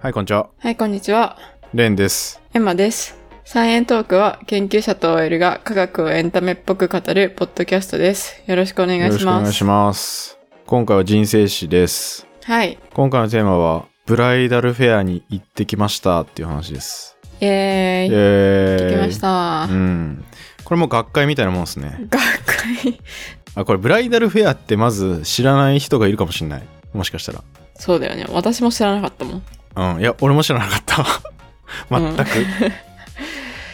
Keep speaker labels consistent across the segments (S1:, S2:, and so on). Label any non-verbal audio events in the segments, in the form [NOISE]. S1: はい、こんにちは。
S2: はい、こんにちは。
S1: レンです。
S2: エマです。サイエントークは研究者と OL が科学をエンタメっぽく語るポッドキャストです。よろしくお願いし
S1: よ
S2: ま
S1: ろ
S2: す。
S1: しくお願いします。今回は人生史です。
S2: はい。
S1: 今回のテーマは、ブライダルフェアに行ってきましたっていう話です。
S2: イ
S1: え
S2: エーイ。
S1: ー
S2: できました
S1: う。ん。これも学会みたいなもんですね。
S2: 学会。
S1: あ、これブライダルフェアってまず知らない人がいるかもしれない。もしかした
S2: そうだよね。私も知らなかったもん。
S1: ら。うん。いや、俺も知らなかった。 [LAUGHS] 全
S2: [LAUGHS]
S1: く。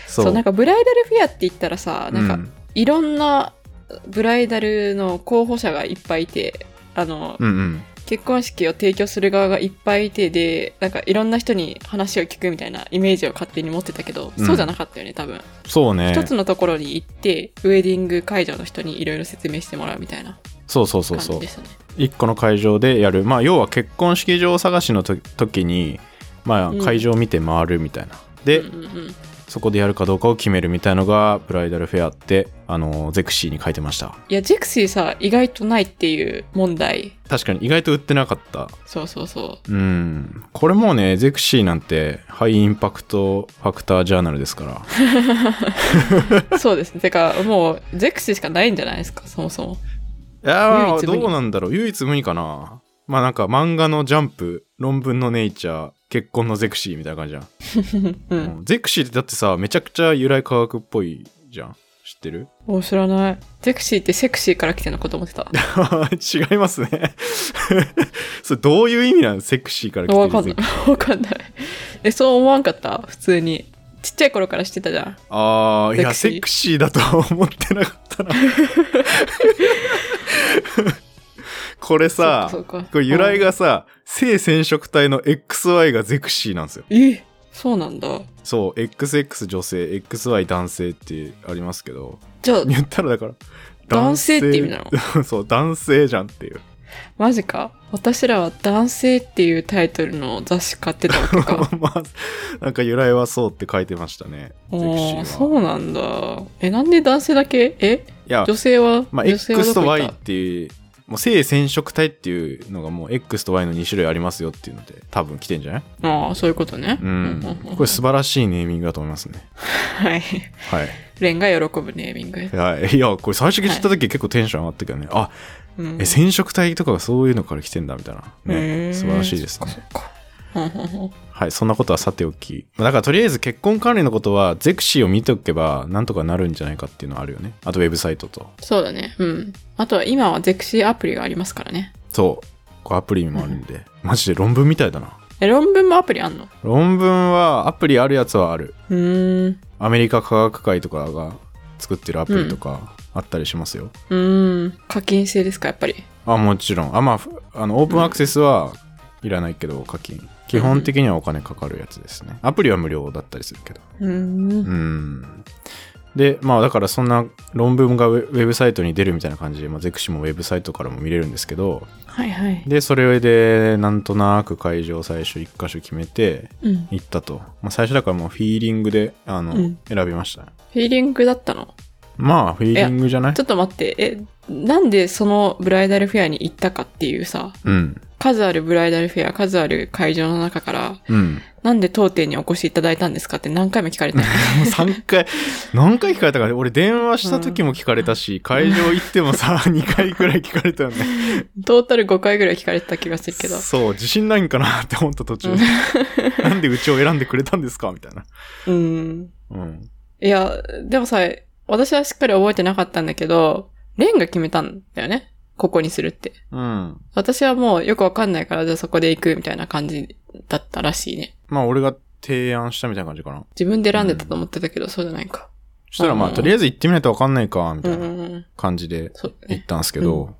S2: そ
S1: そ
S2: うなん
S1: う。
S2: かブライダルフェアって言ったらさ、なんか、
S1: うん
S2: いろんなブライダルの候補者がいっぱいいて、あの、
S1: うんうん。
S2: 結婚式を提供する側がいっぱいいてで、なんかいろんな人に話を聞くみたいなイメージを勝手に持ってたけど、
S1: うん
S2: そうじゃなかったよね、多分。
S1: そうね。
S2: 一つのところに行って、ウェディング会場の人にいろいろ説明してもらうみたいな
S1: そうそうそう
S2: 感
S1: そう
S2: じで。したね。
S1: 1個の会場でやるまあ要は結婚式場探しのと時にま
S2: う
S1: あ
S2: ん
S1: 会場を見て回るみたいな、で、
S2: うんうんうん
S1: そこでやるかどうかを決めるみたいのがブライダルフェアってあのゼクシーに書いてました
S2: いや、ジェクシーさ、意外とないっていう問題。
S1: 確かに意外と売ってなかった
S2: そうそうそう。
S1: うんこれもうねゼクシーなんてハイインパクトファクタージャーナルですから [LAUGHS]
S2: そうですね。てか、もう、ゼクシーしかないんじゃないですか、そもそも。
S1: いやー
S2: 唯一無二
S1: どうなんだろう唯一無二かなまあなんか漫画のジャンプ論文のネイチャー結婚のゼクシーみたいな感じじゃん
S2: う
S1: うん
S2: ん。
S1: ゼクシーってだってさめちゃくちゃ由来科学っぽいじゃん知ってる [LAUGHS]
S2: お、知らない。ゼクシーってセクシーから来てんのかと思ってた。
S1: 違いますね [LAUGHS] それどういう意味なのセクシーから来てる
S2: わかんない [LAUGHS]
S1: ゼク。
S2: わかんない。え、そう思わんかった普通に。ちっちゃい頃から知ってたじゃん。
S1: あーいや
S2: セクシ
S1: セクシ
S2: ー
S1: ーだとは思ってなか
S2: [LAUGHS]
S1: ったなこれさ
S2: そうかそうか
S1: これ由来がさ性染色体の XY がゼクシーなんですよ
S2: え、そうなんだ。
S1: そう XX 女性 XY 男性ってありますけど [LAUGHS]
S2: じゃあ、
S1: 言ったらだから
S2: 男性って意味な
S1: のそう男性 [LAUGHS] じゃんっていう
S2: マジか。私らは男性っていうタイトルの雑誌買ってたわけ
S1: [LAUGHS]
S2: か。
S1: まあ、なんか由来はそうって書いてましたね。ゼクシ
S2: おー
S1: ー
S2: そ
S1: は。
S2: うなんだ。え、なんで男性だけえ
S1: いや、
S2: 女性は、
S1: まあ、
S2: 女性は
S1: X
S2: ど
S1: と
S2: こい
S1: Y
S2: た
S1: っていう、もう性染色体っていうのがもう X と Y の2種類ありますよっていうので、多分来てんじゃない
S2: ああ、そういうことね。
S1: う
S2: うんん [LAUGHS] うん。
S1: これ素晴らしいネーミングだと思いますね。
S2: はい。
S1: はい。
S2: レンが喜ぶネーミング。 [LAUGHS]
S1: はい、いや、これ最初に知った時結構テンション上がったけどね。あ、
S2: うん
S1: え、染色体とかがそういうのから来てんだみたいな。
S2: へ
S1: ね。
S2: ー
S1: 素晴らしいですね。
S2: うんうんうん
S1: はい、そんなことはさておき。だからとりあえず結婚管理のことは、ゼクシーを見ておけば、なんとかなるんじゃないかっていうのはあるよね。あと、ウェブサイトと。
S2: そうだね。うん。あとは今はゼクシーアプリがありますからね。
S1: そう。こうアプリもあるんで。マジで論文みたいだな。
S2: え、論文もアプリあんの
S1: 論文はアプリあるやつはある。
S2: うーん。
S1: アメリカ科学会とかが作ってるアプリとかあったりしますよ。
S2: うーん。課金制ですか、やっぱり。
S1: あ、もちろん。あ、まあふ、あの、オープンアクセスはいらないけど、課金。基本的にはお金かかるやつですね。アプリは無料だったりするけど。
S2: うーん。
S1: うん。で、まあ、だからそんな論文がウェウェブサイトに出るみたいな感じで、まあ、ゼクシもウェブサイトからも見れるんですけど、
S2: はいはい。
S1: で、それで、なんとなく会場最初1箇所決めて、
S2: うん。
S1: 行ったと、まあ、最初だからもうフィーリングであの、
S2: うん
S1: 選びましたね
S2: フィーリングだったの
S1: まあフィーリングじゃ
S2: [LAUGHS]
S1: ない
S2: ちょっと待って、え、なんでそのブライダルフェアに行ったかっていうさ、
S1: うん
S2: 数あるブライダルフェア、数ある会場の中から、
S1: うん、も
S2: なんで当店にお越しいただいたんですかって何回も聞 [LAUGHS] かれたよね
S1: う3回 [LAUGHS] 何回聞かれたか俺電話した時も聞かれたし、会場行ってもさ2
S2: [LAUGHS]
S1: 回くらい聞かれたよね
S2: トータル5回ぐらい聞かれてた気がするけど。
S1: そう自信ないんかなって思った途中
S2: う
S1: で [LAUGHS] なんでうちを選んでくれたんですかみたいな
S2: うん。
S1: うん
S2: いや、でもさ、私はしっかり覚えてなかったんだけど、レンが決めたんだよね。ここにするって。
S1: うん
S2: 私はもうよくわかんないから、じゃあそこで行くみたいな感じだったらしいね。
S1: まあ俺が提案したみたいな感じかな
S2: 自分で選んでたと思ってたけど、そうじゃないか。
S1: そしたらまあ、
S2: うん
S1: とりあえず行ってみないと分かんないかみ
S2: う
S1: た
S2: ん
S1: いな
S2: うんうん。
S1: 感じで
S2: そうだね
S1: 行っ。たんですけど、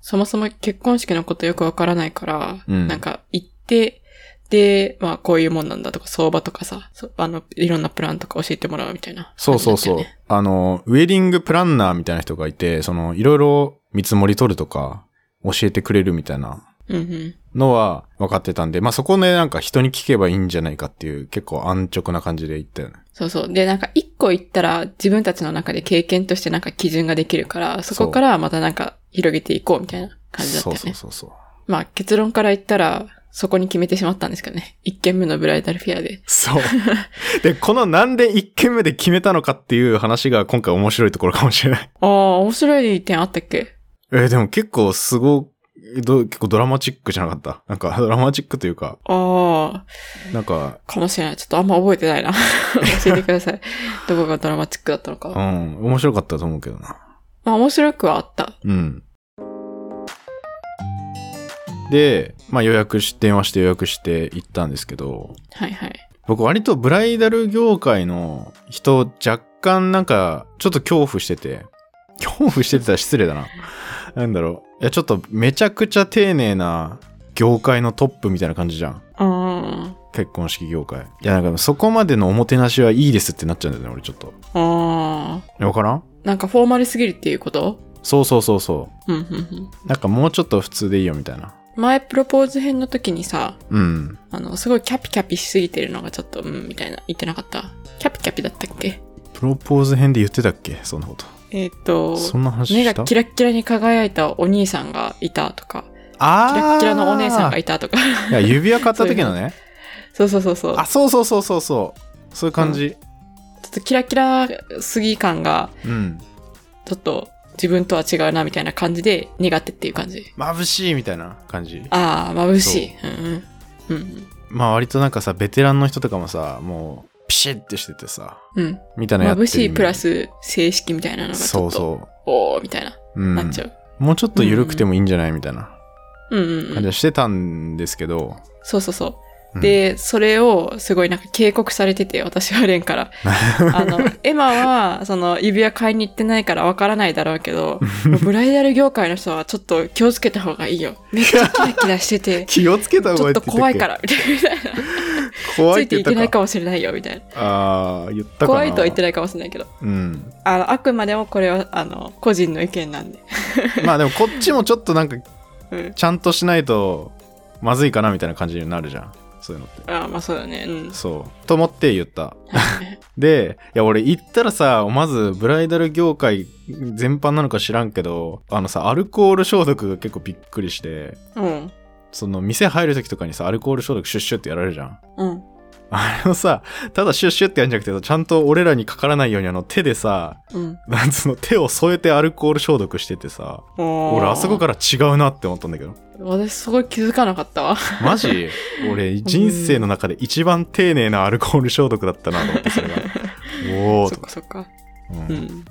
S2: そもそも結婚式のことよくわからないから、
S1: うん
S2: なんか行って、で、まあこういうもんなんだとか、相場とかさ、そあの、いろんなプランとか教えてもらうみたいな、
S1: そうそうそう。
S2: 感じだったよね
S1: あの、ウェディングプランナーみたいな人がいて、その、いろいろ見積もり取るとか、教えてくれるみたいな
S2: うんうん。
S1: のは分かってたんで、まあ、そこね、なんか人に聞けばいいんじゃないかっていう、結構安直な感じで言ったよね。
S2: そうそう。で、なんか一個行ったら自分たちの中で経験としてなんか基準ができるから、そこからまたなんか広げていこうみたいな感じだった
S1: そ
S2: よ
S1: う
S2: ね。
S1: そうそうそう。
S2: まあ結論から言ったら、そこに決めてしまったんですかね。1件目のブライダルフェアで。
S1: そう。 [LAUGHS] で、このなんで1件目で決めたのかっていう話が今回面白いところかもしれない。
S2: ああ、面白い点あったっけ
S1: えーでも結構すご、ど結構ドラマチックじゃなかった。なんかドラマチックというか、
S2: ああ、
S1: なんか、
S2: かもしれない。ちょっとあんま覚えてない
S1: [LAUGHS]
S2: な。教えてください。どこがドラマチックだったのか。
S1: うん、面白かったと思うけどな。
S2: まあ面白くはあった。
S1: うん。で、まあ予約し、電話して予約して行ったんですけど、
S2: はいはい。
S1: 僕割とブライダル業界の人若干なんかちょっと恐怖してて、恐怖しててたら失礼だな。なんだろう。いやちょっとめちゃくちゃ丁寧な業界のトップみたいな感じじゃん。
S2: あ
S1: 結婚式業界。いやなんかそこまでのおもてなしはいいですってなっちゃうんだよね、俺ちょっと。
S2: あ、ああ、
S1: いやわからん
S2: なんかフォーマルすぎるっていうこと
S1: そうそうそうそ
S2: うんうんうん。
S1: う。なんかもうちょっと普通でいいよみたいな。
S2: 前プロポーズ編の時にさ、
S1: うん。
S2: あの、すごいキャピキャピしすぎてるのがちょっと、うん、みたいな、言ってなかった。キャピキャピだったっけ
S1: プロポーズ編で言ってたっけそんなこと。
S2: えっ、と、
S1: そんな話
S2: 目
S1: した
S2: がキラッキラに輝いたお兄さんがいたとか、
S1: あ
S2: キ
S1: ー
S2: ラッキラのお姉さんがいたとか。 [LAUGHS]
S1: いや指輪買った時のね。
S2: そうそう [LAUGHS] そうそう。ちょ
S1: あ、そうそうそうそうそう。そういう感じ。
S2: っとキラキラすぎ感が、
S1: うん。
S2: ちょっと自分とは違うなみたいな感じで苦手っていう感じ。
S1: 眩しいみたいな感じ。
S2: ああ、眩しい。うんうん。うん
S1: まあ割となんかさ、ベテランの人とかもさ、もう、ピシッてしててさ、
S2: うん。うん。
S1: みたいなやってる
S2: 眩しいプラ
S1: ス
S2: ス正式みたいなのがちょ
S1: そ
S2: っと、
S1: うそ
S2: おーみたいな、
S1: う。うん。
S2: なっちゃう。
S1: もうちょっと緩くてもいいんじゃないみたいな
S2: うんうんう
S1: 感じ
S2: ん。
S1: はしてたんですけど、
S2: そうそうそうう。
S1: ん、
S2: で、それをすごいなんか警告されてて、私はレンから。あの、エマは、その、指輪買いに行ってないからわからないだろうけど、ブライダル業界の人はちょっと気をつけた方がいいよ。めっちゃキラキラしてて
S1: [LAUGHS] 気をつけた
S2: ち
S1: 方が
S2: ょっ
S1: いい
S2: と
S1: って言。
S2: 怖いからら、みたいな。
S1: 怖
S2: つ
S1: いっ
S2: いて
S1: て
S2: い
S1: 言
S2: け
S1: っ
S2: な
S1: た
S2: い
S1: か。
S2: かもしれないよ、みたいな。
S1: ああ、言ったかな。
S2: 怖いとは言って
S1: ない。
S2: ないかもしれないけど。
S1: うん。
S2: あの、あくまでもこれは、あの、個人の意見なんで。
S1: まあでもこっちもちょっとなんか、
S2: うん。
S1: ちゃんとしないと、まずいかなみたいな感じになるじゃん。そういうのって。
S2: ああ、まあそうだね。
S1: [LAUGHS]
S2: うん。
S1: そう。と思って言った。
S2: はい
S1: で、いや俺行ったらさ、まずブライダル業界全般なのか知らんけど、あのさ、アルコール消毒が結構びっくりして、
S2: うん。
S1: その店入る時とかにさ、アルコール消毒シュッシュッってやられるじゃん。
S2: うん。
S1: あれをさ、ただシュッシュッってやるんじゃなくて、ちゃんと俺らにかからないようにあの手でさ、
S2: うん。
S1: なんつうの、手を添えてアルコール消毒しててさ、 [LAUGHS] 俺
S2: 俺
S1: あそこから違うなって思ったんだけど。
S2: 私すごい気づかなかったわ。
S1: マジ俺人生の中で一番丁寧なアルコール消毒だったなと思って、それが。おー
S2: そっ
S1: と
S2: かそっか。
S1: うん
S2: うん。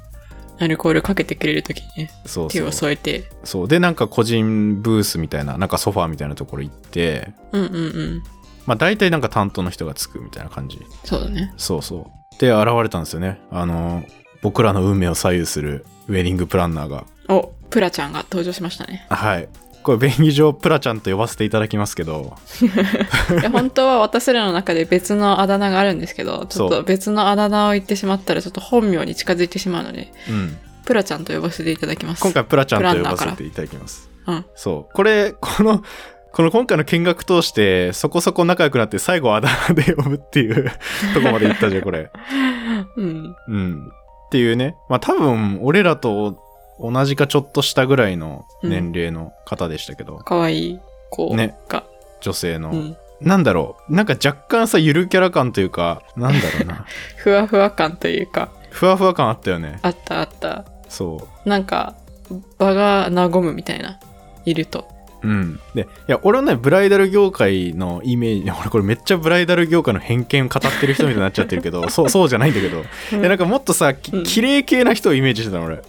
S2: アルコールかけてくれるときにね、
S1: そう
S2: 手
S1: そ
S2: を
S1: う
S2: 添えて。
S1: そうでなんか個人ブースみたいななんかソファーみたいなところ行って
S2: うんうんうん。
S1: まあ大体なんか担当の人がつくみたいな感じ
S2: そうだね。
S1: そうそうで現れたんですよねあの僕らの運命を左右するウェディングプランナーが。
S2: お、プラちゃんが登場しましたね
S1: [LAUGHS] はいこれ便宜上プラちゃんと呼ばせていただきますけど
S2: いや、本当は私らの中で別のあだ名があるんですけど、ちょ
S1: そ
S2: っと
S1: う
S2: 別のあだ名を言ってしまったら、ちょっと本名に近づいてしまうので、
S1: うん
S2: プラちゃんと呼ばせていただきます。
S1: 今回プラちゃんと
S2: プラン
S1: 呼
S2: ナ
S1: ば
S2: ーか
S1: せ
S2: ら
S1: ていただきます
S2: うん
S1: そうこれこのこの今回の見学通してそこそこ仲良くなって最後あだ名で呼ぶっていうとこまで行ったじゃんこ
S2: [LAUGHS]
S1: れ
S2: うん。
S1: うん。っていうね。まあ多分、俺らと同じかちょっとしたぐらいの年齢の方でしたけど、
S2: かわいい子が。
S1: ね女性の、
S2: うん。
S1: なんだろう。なんか若干さ、ゆるキャラ感というか、なんだろう
S2: [LAUGHS]
S1: な。
S2: ふわふわ感というか、
S1: ふわふわ感あったよね。
S2: あったあった。
S1: そ
S2: なんか、場が和むみたいな、いると。
S1: う。うん。で、いや、俺はね、ブライダル業界のイメージ、 [LAUGHS] 俺これめっちゃブライダル業界の偏見語ってる人みたいになっちゃってるけど、 [LAUGHS] そう、そうじゃないんだけど。いや、なんかもっとさ、
S2: う
S1: き
S2: ん
S1: 綺麗系な人をイメージしてたの、俺。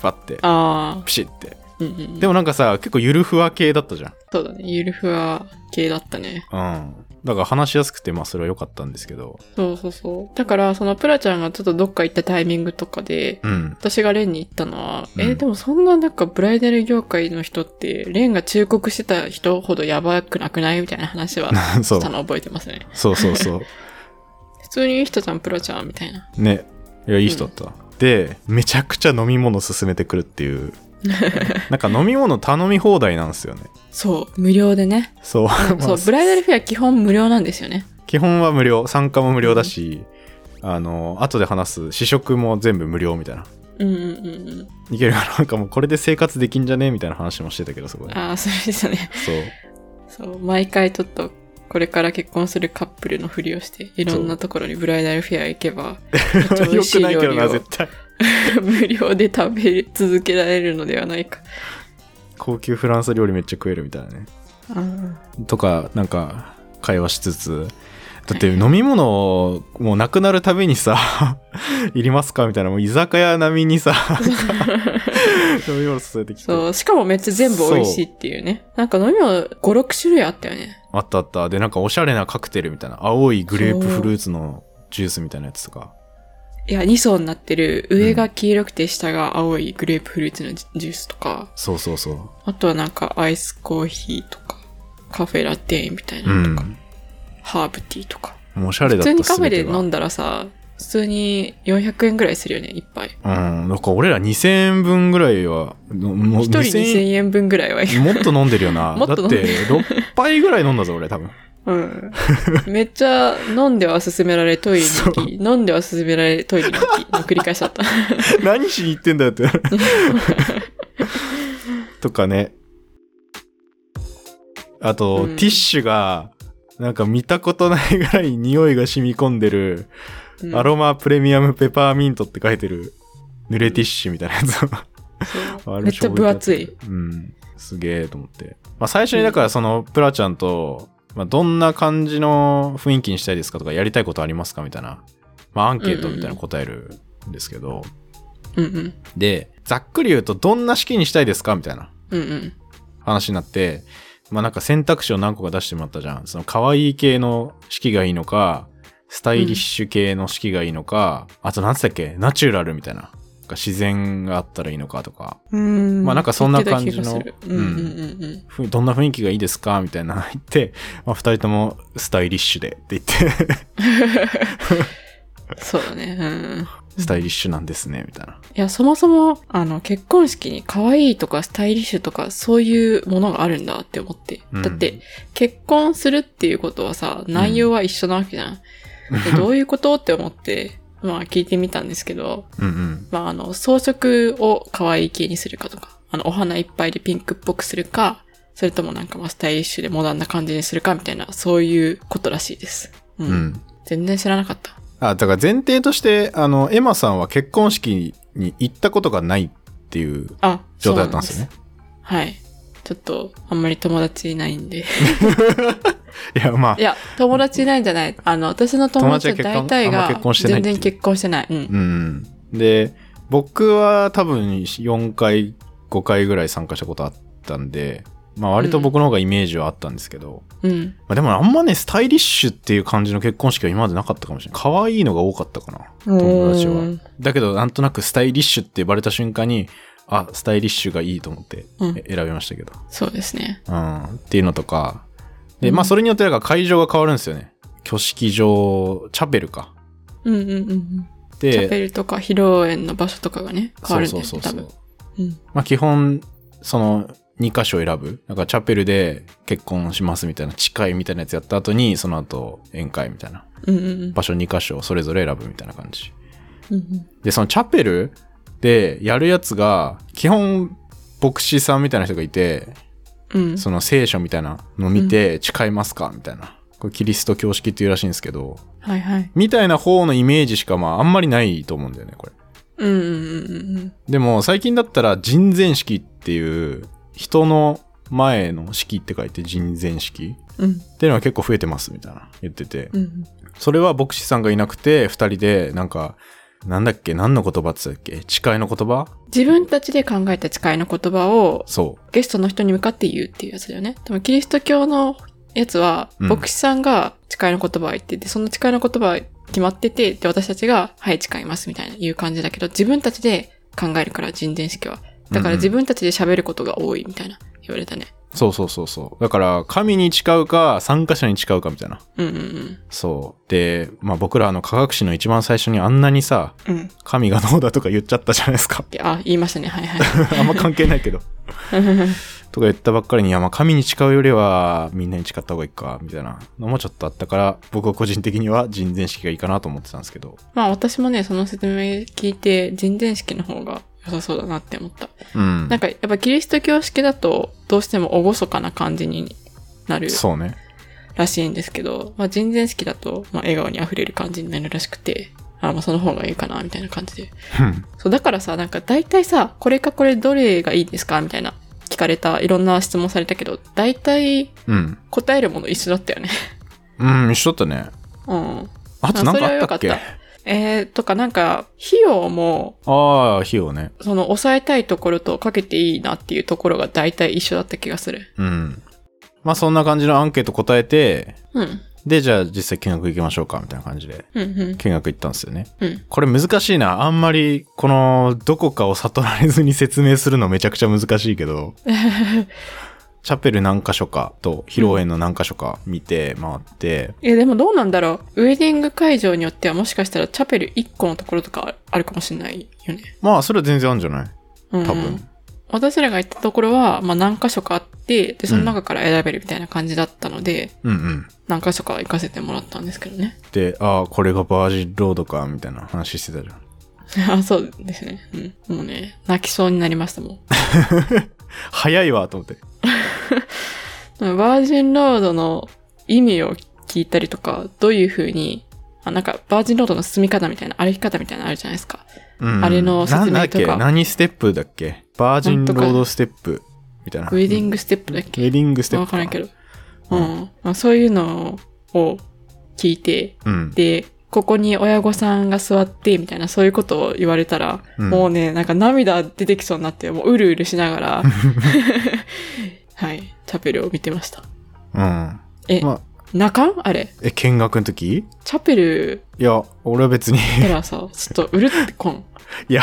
S1: パって。
S2: ああ、
S1: ピシって。
S2: うんうん。
S1: でもなんかさ、結構ゆるふわ系だったじゃん。
S2: そうだね。ゆるふわ系だったね。
S1: うん。だから話しやすくて、まあそれは良かったんですけど。
S2: そうそうそう。だから、そのプラちゃんがちょっとどっか行ったタイミングとかで、 [LAUGHS]
S1: うん。
S2: 私がレンに行ったのは、
S1: うん
S2: え、でもそんななんかブライダル業界の人って、レンが忠告してた人ほどやばくなくないみたいな話は
S1: [LAUGHS] そう
S2: したの覚えてますね。
S1: そうそうそ
S2: 普通にいい人じゃん、プラちゃん、みたいな。 [LAUGHS]
S1: う。ね。いや、いい人だった。で、めちゃくちゃ飲み物勧めてくるって
S2: [LAUGHS]
S1: いう。なんか飲み物頼み放題なんですよね。
S2: そう、無料でね。
S1: [LAUGHS] そう。
S2: そう、ブライダルフェア基本無料なんですよね。
S1: 基本は無料。参加も無料だし、あの、後で話す試食も全部無料みたいな。
S2: うんうんうんうん。
S1: いけるかななんかもうこれで生活できんじゃねみたいな話もしてたけど、そこで。
S2: [LAUGHS] ああ、それでしたね。
S1: そう。
S2: そう、毎回ちょっと、これから結婚するカップルのふりをして、いろんなところにブライダルフェア行け [LAUGHS] ば、めっちゃ美
S1: よ
S2: 味し
S1: く
S2: い
S1: ない
S2: 料
S1: け
S2: 理
S1: どな、
S2: を
S1: 絶対。
S2: 無料で食べ続けられるのではないか。
S1: 高級フランス料理めっちゃ食えるみたいなね。
S2: うん
S1: とか、なんか、会話しつつ。だって飲み物もうなくなるたびにさ、 [LAUGHS] いりますかみたいな、もう居酒屋並みに
S2: [LAUGHS]
S1: さ、飲み物注いできて。
S2: そう、しかもめっちゃ全部美味しいっていうね。なんか飲み物5、6種類あったよね。
S1: あったあった。で、なんかおしゃれなカクテルみたいな。青いグレープフルーツのジュースみたいなやつとか。
S2: いや、2層になってる、上が黄色くて下が青いグレープフルーツのジジュースとか、
S1: そうそうそう。
S2: あとはなんかアイスコーヒーとか、カフェラテみたいうなのとか、
S1: ん。
S2: ハーブティーとか。
S1: もうおしゃれだ
S2: 普
S1: った
S2: 通にカフェで
S1: 全てが
S2: 飲んだらさ、普通に400円ぐらいするよね、一杯。
S1: うん。だから俺ら2000円分ぐらいは、のもう
S2: 一人2000円分ぐらいは
S1: もっと飲んでるよな。
S2: [LAUGHS] もっと
S1: だ
S2: 飲
S1: っ
S2: ん
S1: て
S2: で、
S1: 6杯ぐらい飲んだぞ、俺、多
S2: [LAUGHS]
S1: 分。
S2: うん。めっちゃ飲んでは勧められトイレに行き、飲んでは勧められトイ
S1: [LAUGHS]
S2: レに行き、の繰り返しだった。
S1: 何しに行ってんだよって。 [LAUGHS] とかね。あと、
S2: うん
S1: ティッシュが、なんか見たことないぐらい匂いが染み込んでる、
S2: うん
S1: アロマプレミアムペパーミントって書いてる、濡れティッシュみたいな
S2: [LAUGHS]
S1: やつ。
S2: そう
S1: あれ
S2: めっちゃ分厚い
S1: 衝。撃だったうん。すげえと思って。まあ最初にだからそのプラちゃんと、まあどんな感じの雰囲気にしたいですかとかやりたいことありますかみたいな。まあアンケートみたいなの答えるんですけど。
S2: うんうん。
S1: で、ざっくり言うとどんな式にしたいですかみたいな
S2: うんうん。
S1: 話になって、まあなんか選択肢を何個か出してもらったじゃん。その可愛い系の式がいいのか、スタイリッシュ系の式がいいのか、あと何つったっけナチュラルみたいな。が自然があったらいいのかとか。
S2: うん
S1: まあなんかそんな感じの
S2: 言ってた気がするうんうんうんうん。
S1: ふどんな雰囲気がいいですかみたいなの言って、まあ、2人ともスタイリッシュでって言って、
S2: そうだね。うん。
S1: スタイリッシュなんですね、みたいな。
S2: いや、そもそも、あの、結婚式に可愛いとかスタイリッシュとかそういうものがあるんだって思って。
S1: うん
S2: だって、結婚するっていうことはさ、内容は一緒なわけ
S1: [LAUGHS]
S2: じゃん。でどういうことって思って、まあ聞いてみたんですけど、
S1: うんうん。
S2: まああの、装飾を可愛い系にするかとか、あの、お花いっぱいでピンクっぽくするか、それともなんかまあスタイリッシュでモダンな感じにするかみたいな、そういうことらしいです。うん。
S1: うん。
S2: 全然知らなかった。
S1: あ、だから前提として、あの、エマさんは結婚式に行ったことがないっていう
S2: あ、
S1: 状態だったんですよね。
S2: はい。ちょっと、あんまり友達いないんで。
S1: いや、まあ
S2: い、や、友達いないんじゃない。あの、私の友達は大
S1: 友達は結
S2: 体が、
S1: 婚あんま結婚してないっ
S2: 全
S1: ていう
S2: 然結婚してない。う。
S1: うんん。で、僕は多分4回、5回ぐらい参加したことあったんで、まあ割と僕の方がイメージはあったんですけど、
S2: うん。
S1: まあでもあんまね、スタイリッシュっていう感じの結婚式は今までなかったかもしれない。可愛いのが多かったかな。友達
S2: う
S1: は
S2: ん。
S1: だけど、なんとなくスタイリッシュって呼ばれた瞬間に、あ、スタイリッシュがいいと思って
S2: うん
S1: え選びましたけど。
S2: そうですね。
S1: うん。っていうのとか。で、まあそれによってだから会場が変わるんですよね。挙式場、チャペルか。
S2: うんうんうんうん。チャペ
S1: で、
S2: ルとか披露宴の場所とかがね、変わるんだよね、
S1: そうそうそ
S2: 多
S1: うそう
S2: 分。。うん。
S1: まあ基本、その2箇所選ぶ。なんかチャペルで結婚しますみたいな、誓いみたいなやつやった後に、その後宴会みたいな。
S2: うんうんうん
S1: 場所2箇所それぞれ選ぶみたいな感じ。
S2: うんうん。
S1: で、そのチャペルでやるやつが、基本、牧師さんみたいな人がいて、
S2: うん。
S1: その聖書みたいなの見て、誓いますかみたいな。これキリスト教式っていうらしいんですけど、
S2: はいはい。
S1: みたいな方のイメージしか、まあ、あんまりないと思うんだよね、これ。
S2: うんうんうんうん。
S1: でも、最近だったら、人前式っていう、人の前の式って書いて人前式
S2: うん
S1: っていうのが結構増えてます、みたいな言ってて。
S2: うん
S1: それは牧師さんがいなくて、二人で、なんか、なんだっけ、何の言葉って言ったっけ誓いの言葉
S2: 自分たちで考えた誓いの言葉を
S1: そ
S2: ゲストの人に向かって言うっていうやつだよね。でもキリスト教のやつは、
S1: うん
S2: 牧師さんが誓いの言葉を言ってて、その誓いの言葉決まってて、で、私たちが、はい、誓いますみたいないう感じだけど、自分たちで考えるから、人前式は。だか
S1: うんうん
S2: ら自分たちで喋ることが多いみたいな言われたね。
S1: う。そうそうそうそう。だから、神に誓うか、参加者に誓うかみたいな。
S2: うんうん
S1: そう。で、まあ僕らあの科学史の一番最初にあんなにさ、
S2: うん。うん。
S1: 神がどうだとか言っちゃったじゃないですか。 [LAUGHS]
S2: あ、言いましたね。はいは
S1: あんま関係ないけど。 [LAUGHS] とか言ったばっかりに、いやまあ神に誓うよりはみんなに誓った方がいいか、みたいなのもちょっとあったから、僕は個人的には人前式がいいかなと思ってたんですけど。
S2: い。 [LAUGHS] まあ私もね、その説明聞いて、人前式の方が良さそうだなって思った。
S1: うん。
S2: なんかやっぱキリスト教式だとどうしても厳かな感じになる
S1: そうね。
S2: らしいんですけど、まあ、人前式だと、まあ、笑顔に溢れる感じになるらしくて、あまあその方がいいかな、みたいな感じで。
S1: うん
S2: そう、だからさ、なんか大体さ、これかこれどれがいいですかみたいな聞かれた、いろんな質問されたけど、大体
S1: うん。
S2: 答えるもの一緒だったよね。 [LAUGHS]
S1: うん、一緒だったね。
S2: うん。
S1: あとなんかあったっけ
S2: あそれは良かえー、とかなんか、費用も、
S1: ああ、費用ね。
S2: その抑えたいところとかけていいなっていうところが大体一緒だった気がする。
S1: うん。まあそんな感じのアンケート答えて、
S2: うん。
S1: で、じゃあ実際見学行きましょうか、みたいな感じで。
S2: うんうん。
S1: 見学行ったんですよね。
S2: うん。
S1: これ難しいな。あんまり、この、どこかを悟られずに説明するのめちゃくちゃ難しいけど、チャペル何箇所かと、披露宴の何箇所か見て回って、
S2: え、でもどうなんだろう。ウェディング会場によってはもしかしたらチャペル1個のところとかあるかもしれないよね。
S1: まあそれは全然あるんじゃない
S2: うん、
S1: 多分。
S2: 私らが行ったところは、まあ何箇所かあって、で、その中から選べるみたいな感じだったので、
S1: うんうん。
S2: 何箇所か行かせてもらったんですけどね。 [LAUGHS]
S1: で、ああ、これがバージンロードか、みたいな話してたじゃん。
S2: あ、そうですね。うん。もうね、泣きそうになりましたもん。 [LAUGHS]
S1: 早いわ、と思って。
S2: バージンロードの意味を聞いたりとか、どういう風に、あなんか、バージンロードの進み方みたいな、歩き方みたいなのあるじゃないですか。
S1: うん
S2: あれの説明とか
S1: なんだっけ何ステップだっけバージンロードステップみたいな。
S2: ウェディン
S1: グ。
S2: グステップだっ
S1: ウェデ
S2: け
S1: ィングステップ。
S2: わからんけど。
S1: う
S2: うんん。まあ、そういうのを聞いて、
S1: うん。
S2: で、ここに親御さんが座って、みたいな、そういうことを言われたら、
S1: うん
S2: もうね、なんか涙出てきそうになって、もううるうるしなが
S1: [LAUGHS]
S2: ら、はい、チャペルを見てました。
S1: うん。
S2: え、
S1: まあ、
S2: 泣かんあれ。
S1: え、見学の時
S2: チャペル
S1: いや、俺は別に。
S2: たらさ、ちょっとうるってこ
S1: [LAUGHS]
S2: ん。
S1: いや、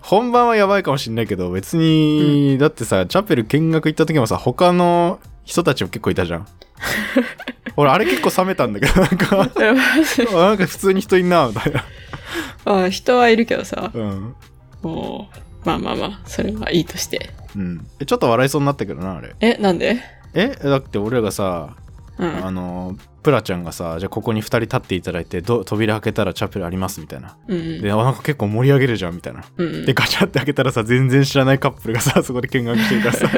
S1: 本番はやばいかもしんないけど、別に、だってさ、チャペル見学行った時もさ、他の人たちも結構いたじゃん。俺、あれ結構冷めたんだけど、なんか、あなんか普通に人いんな、みたいな。
S2: あ人はいるけどさ、
S1: うん。
S2: もう、まあまあまあ、それはいいとして。
S1: うん。えちょっと笑いそうになったけどな、あれ。
S2: え、なんで
S1: えだって俺らがさ、
S2: うん
S1: あ。のプラちゃんがさじゃあここに2人立っていただいてど扉開けたらチャペルありますみたいな
S2: うん
S1: であなんか結構盛り上げるじゃんみたいな
S2: うん。うん
S1: でガチャって開けたらさ全然知らないカップルがさそ [LAUGHS] こで見学してるから
S2: [LAUGHS]
S1: さ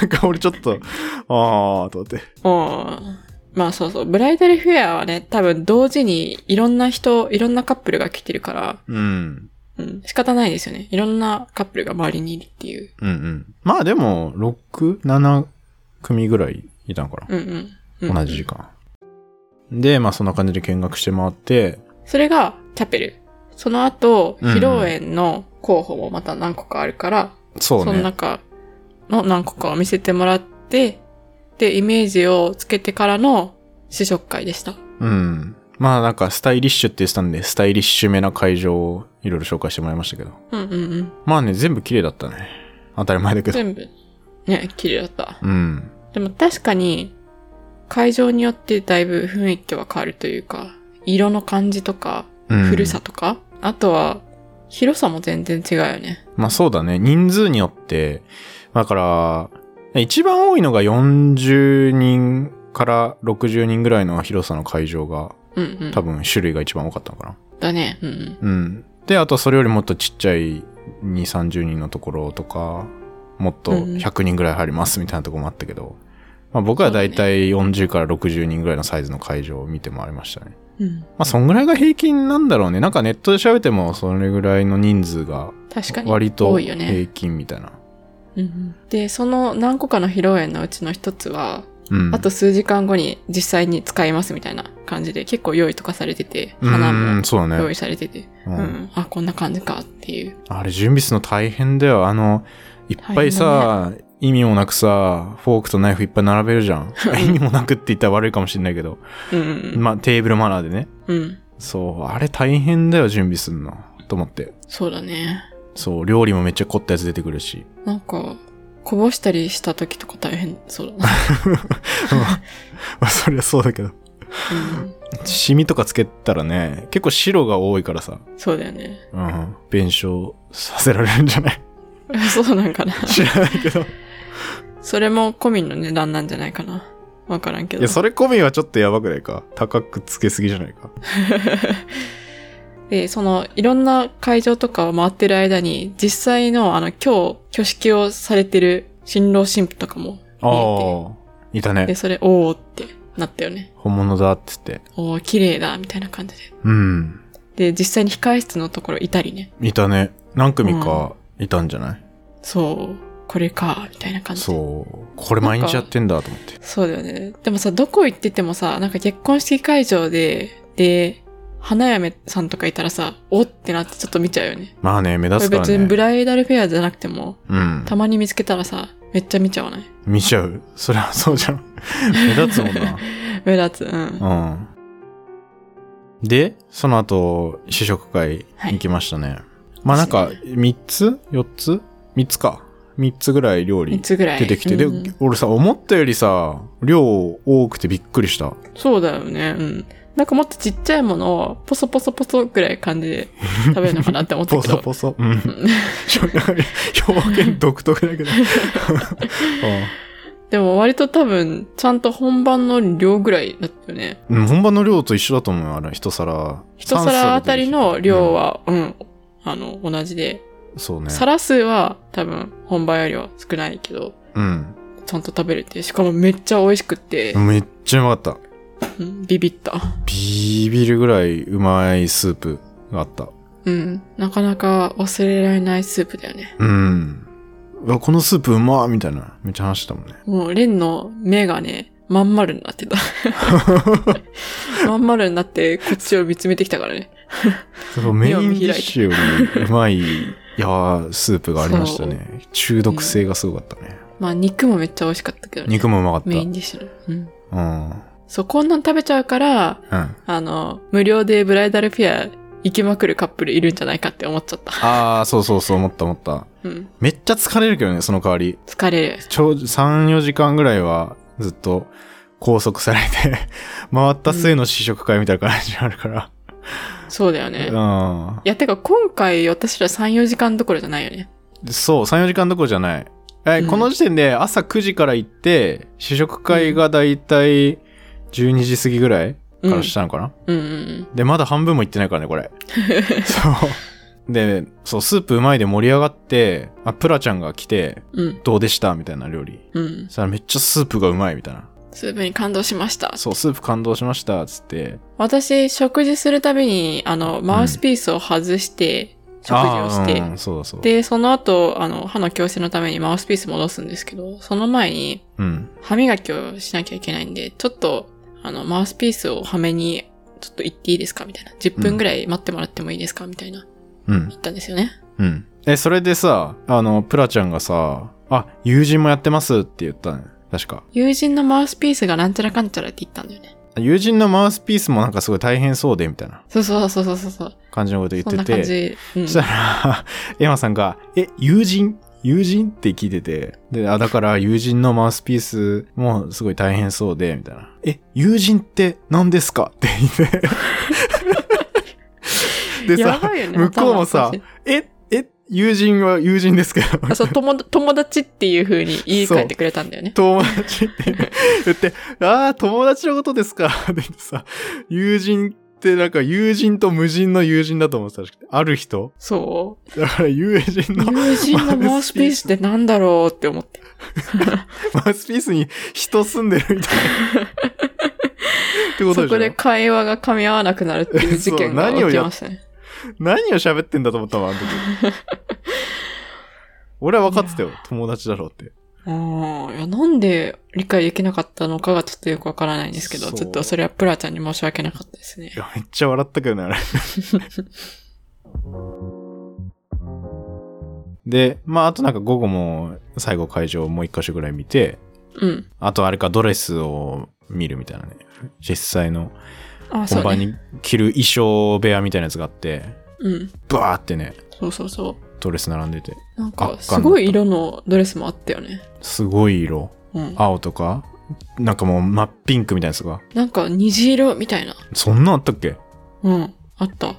S1: なんか俺ちょっとああと思って
S2: うん。まあそうそう。ブライダルフェアはね、多分同時にいろんな人、いろんなカップルが来てるから、
S1: うん
S2: うん、仕方ないですよね。いろんなカップルが周りにいるっていう。
S1: うんうんまあでも67組ぐらいいたのか
S2: うんうん。う
S1: な、
S2: ん、
S1: 同じ時。間でまあそんな感じで見学して回って
S2: それがチャペル。その後、
S1: うんうん
S2: 披露宴の候補もまた何個かあるから、
S1: そう
S2: その
S1: ね
S2: 中の何個かを見せてもらって、で、イメージをつけてからの試食会でした。
S1: うんまあなんかスタイリッシュって言ってたんでスタイリッシュめな会場をいろいろ紹介してもらいましたけど
S2: うんうんうん。
S1: まあね、全部綺麗だったね。当たり前だけど。
S2: 全部、ね、綺麗だった。
S1: うん。
S2: でも確かに、会場によってだいぶ雰囲気は変わるというか、色の感じとか、
S1: うん、
S2: 古さとか、あとは、広さも全然違うよね。
S1: まあそうだね。人数によって、だから、一番多いのが40人から60人ぐらいの広さの会場が、
S2: うんうん。
S1: 多分種類が一番多かったのかな。
S2: だね。うんうん。
S1: うん。で、あとそれよりもっとちっちゃい2、30人のところとか、もっと
S2: うん
S1: 100人ぐらい入りますみたいなところもあったけど、まあ僕はだいたい40から60人ぐらいのサイズの会場を見て回りましたね。
S2: うん。
S1: まあ、そんぐらいが平均なんだろうね。なんかネットで調べても、それぐらいの人数が、
S2: 確かに。
S1: 割と
S2: 多いよね
S1: 平均みたいな。
S2: うんうんで、その何個かの披露宴のうちの一つは、
S1: うん。
S2: あと数時間後に実際に使いますみたいな感じで結構用意とかされてて、
S1: うん、
S2: 花も
S1: そうだ
S2: 用意
S1: ね。
S2: されてて、
S1: う
S2: うんん、あ、こんな感じかっていう。
S1: あれ、準備するの大変だよ。あの、いっぱいさ、意味もなくさ、フォークとナイフいっぱい並べるじゃん。意味もなくって言ったら悪いかもしれないけど。
S2: うんうん
S1: まあ、テーブルマナーでね。
S2: うん。うん。
S1: そう、あれ大変だよ、準備するの。と思って。
S2: そうだね。
S1: そう、料理もめっちゃ凝ったやつ出てくるし。 [LAUGHS]
S2: なんか、こぼしたりした時とか大変そうだな。
S1: [LAUGHS] まあ、そりゃそうだけど。
S2: うん。
S1: シミとかつけたらね、結構白が多いからさ。
S2: そうだよね。 [LAUGHS]
S1: うん、弁償させられるんじゃない [LAUGHS]
S2: そうなんかな。
S1: 知らないけど。
S2: それも込みの値段なんじゃないかな。わからんけ
S1: い
S2: ど
S1: や、。それ込みはちょっとやばくないか。高くつけすぎじゃないか。
S2: で、その、いろんな会場とかを回ってる間に、実際のあの、今日、挙式をされてる新郎新婦とかも見えて、
S1: いた
S2: で、
S1: ね。
S2: それ、おーってなったよね。
S1: 本物だっつって。
S2: おー、綺麗だ、みたいな感じで。
S1: うん。
S2: で、実際に控室のところいたりね。
S1: いたね。何組かいたんじゃない、
S2: そう、これか、みたいな感じで。
S1: そう。これ毎日やってんだと思って。
S2: そうだよね。でもさ、どこ行っててもさ、なんか結婚式会場で、で、花嫁さんとかいたらさ、おってなってちょっと見ちゃうよね。
S1: まあね、目
S2: こ
S1: 立
S2: れ
S1: つから
S2: 別に
S1: ね。
S2: ブライダルフェアじゃなくても、
S1: うん
S2: た。まに見つけたらさ、めっちゃ見ちゃわない
S1: 見ちゃう。そりゃ [LAUGHS] そうじゃん。目立つもん
S2: 目立つ。うん。
S1: な。うん。で、その後、試食会行きましたね。まあなんか、3つ ?4 つ ?3 つか。3つぐらい料
S2: 3
S1: 理
S2: つぐらい。
S1: 出てきて。で
S2: うん、
S1: 俺さ、思ったよりさ、量多くてびっくりした。
S2: そうだよね。うん。なんかもっとちっちゃいものを、ポソポソポソぐらい感じで食べるのかなって思っ
S1: [LAUGHS]
S2: た
S1: ポ
S2: けど。
S1: ソポソ。うん。表現独特だけど。
S2: でも割と多分、ちゃんと本番の量ぐらいだったよね。
S1: [LAUGHS] うん本番の量と一緒だと思うよ、あれ、一皿。
S2: 一
S1: 三
S2: 皿あたりの
S1: う
S2: 量
S1: ん
S2: は、うん、あの、同じで。
S1: そうね。
S2: 皿数は多分、本番よりは少ないけど、
S1: うん。
S2: ちゃんと食べれて、しかもめっちゃ美味しくって、
S1: めっちゃうまかった。
S2: うんビビった。
S1: ビビるぐらいうまいスープがあった。
S2: うん。なかなか忘れられないスープだよね。
S1: うん。うわこのスープうまーみたいな。めっちゃ話したもんね。
S2: もう、レンの目がね、まん丸に
S1: [LAUGHS]
S2: なってた。まん丸になって、こっちを見つめてきたからね。
S1: そうメインディッシュ [LAUGHS] よりうまい、いやー、スープがありましたね。中毒性がすごかったね。
S2: まあ、肉もめっちゃ美味しかったけどね。
S1: 肉もうまかった。
S2: メインディッシュの。うん。
S1: うん。
S2: そう、こんなん食べちゃうから、
S1: うん。
S2: あの、無料でブライダルフェア行きまくるカップルいるんじゃないかって思っちゃった。
S1: あー、そうそうそう、思った思った。
S2: うん。
S1: めっちゃ疲れるけどね、その代わり。
S2: 疲れる。
S1: ちょう、3、4時間ぐらいはずっと拘束されて、 [LAUGHS] 回った末の試食会みたいな感じがあるから。
S2: そうだよね。
S1: うん。
S2: いや、てか今回私ら3、4時間どころじゃないよね。
S1: そう、3、4時間どころじゃない。え、
S2: うん
S1: この時点で朝9時から行って、試食会がだいたい12時過ぎぐらい
S2: うん。
S1: から
S2: うん
S1: したのかな、
S2: うんうん。
S1: で、まだ半分も行ってないからね、
S2: [LAUGHS]
S1: これ。そう。で、そう、スープうまいで盛り上がって、あ、プラちゃんが来て、
S2: うん。
S1: どうでしたみたいな料理。
S2: うん。
S1: さあ、めっちゃスープがうまいみたいな。
S2: スープに感動しました。
S1: そう、スープ感動しました、つって。
S2: 私、食事するたびに、あの、マウスピースを外して、食事をして、
S1: あーうんそうだそうだ。
S2: で、その後、あの、歯の矯正のためにマウスピース戻すんですけど、その前に、
S1: うん。
S2: 歯磨きをしなきゃいけないんで、ちょっと、あの、マウスピースをはめに、ちょっと行っていいですかみたいな。10分ぐらい待ってもらってもいいですかみたいな。
S1: うん。
S2: 言ったんですよね。
S1: うん。え、それでさ、あの、プラちゃんがさ、あ、友人もやってますって言ったね。確か。
S2: 友人のマウスピースがなんちゃらかんちゃらって言ったんだよね。
S1: 友人のマウスピースもなんかすごい大変そうで、みたいな
S2: そうそうそうそうそうそう。
S1: 感じのこと言っ
S2: そん
S1: て
S2: な感
S1: て。
S2: じ。うん
S1: そしたら、エマさんが、え、友人友人って聞いてて。で、あ、だから友人のマウスピースもすごい大変そうで、みたいな。え、友人って何ですかって言
S2: [LAUGHS]
S1: って。で
S2: や
S1: さ、
S2: ばいよね。
S1: 向こうもさ
S2: 頭おかしい
S1: え、え、友人は友人ですけど、 [LAUGHS]
S2: あそう友達友達っていう風に言い換えてくれたんだよね。
S1: 友達って言って、ああ、友達のことですかって言ってさ、友人ってなんか友人と無人の友人だと思ってたらしくて、ある人
S2: そ
S1: だから友人
S2: う。
S1: の
S2: 友人のマウスピースってなんだろうって思って。
S1: マウスピースに人住んでるみたいな。ってこ
S2: そ
S1: と
S2: こ
S1: で
S2: で
S1: しょ
S2: 会話が噛み合わなくなるっていう事件が
S1: そう何を
S2: 起き
S1: や
S2: ましたね。
S1: 何を喋ってんだと思ったわ、あの時。俺は分かってたよ。友達だろうって。
S2: ああ、いや、なんで理解できなかったのかがちょっとよくわからないんですけど、
S1: そう
S2: ちょっとそれはプラちゃんに申し訳なかったですね
S1: い。や、めっちゃ笑ったけどね、
S2: [LAUGHS]
S1: あれ。で、まあ、あとなんか午後も最後会場をもう一箇所ぐらい見て、
S2: うん。
S1: あとあれかドレスを見るみたいなね。実際の
S2: あそ
S1: 本
S2: う
S1: 番
S2: ね。
S1: に着る衣装部屋みたいなやつがあって、
S2: うん。
S1: バーってね、
S2: そうそうそ
S1: ドレス並んでて。
S2: う。なん
S1: あ
S2: か、
S1: ガン
S2: すごい色のドレスもあったよね。
S1: すごい色。
S2: うん。
S1: 青とか、なんかもう真っピンクみたいなやつが。
S2: なんか、虹色みたいな。
S1: そんなんあったっけ
S2: うん。あった。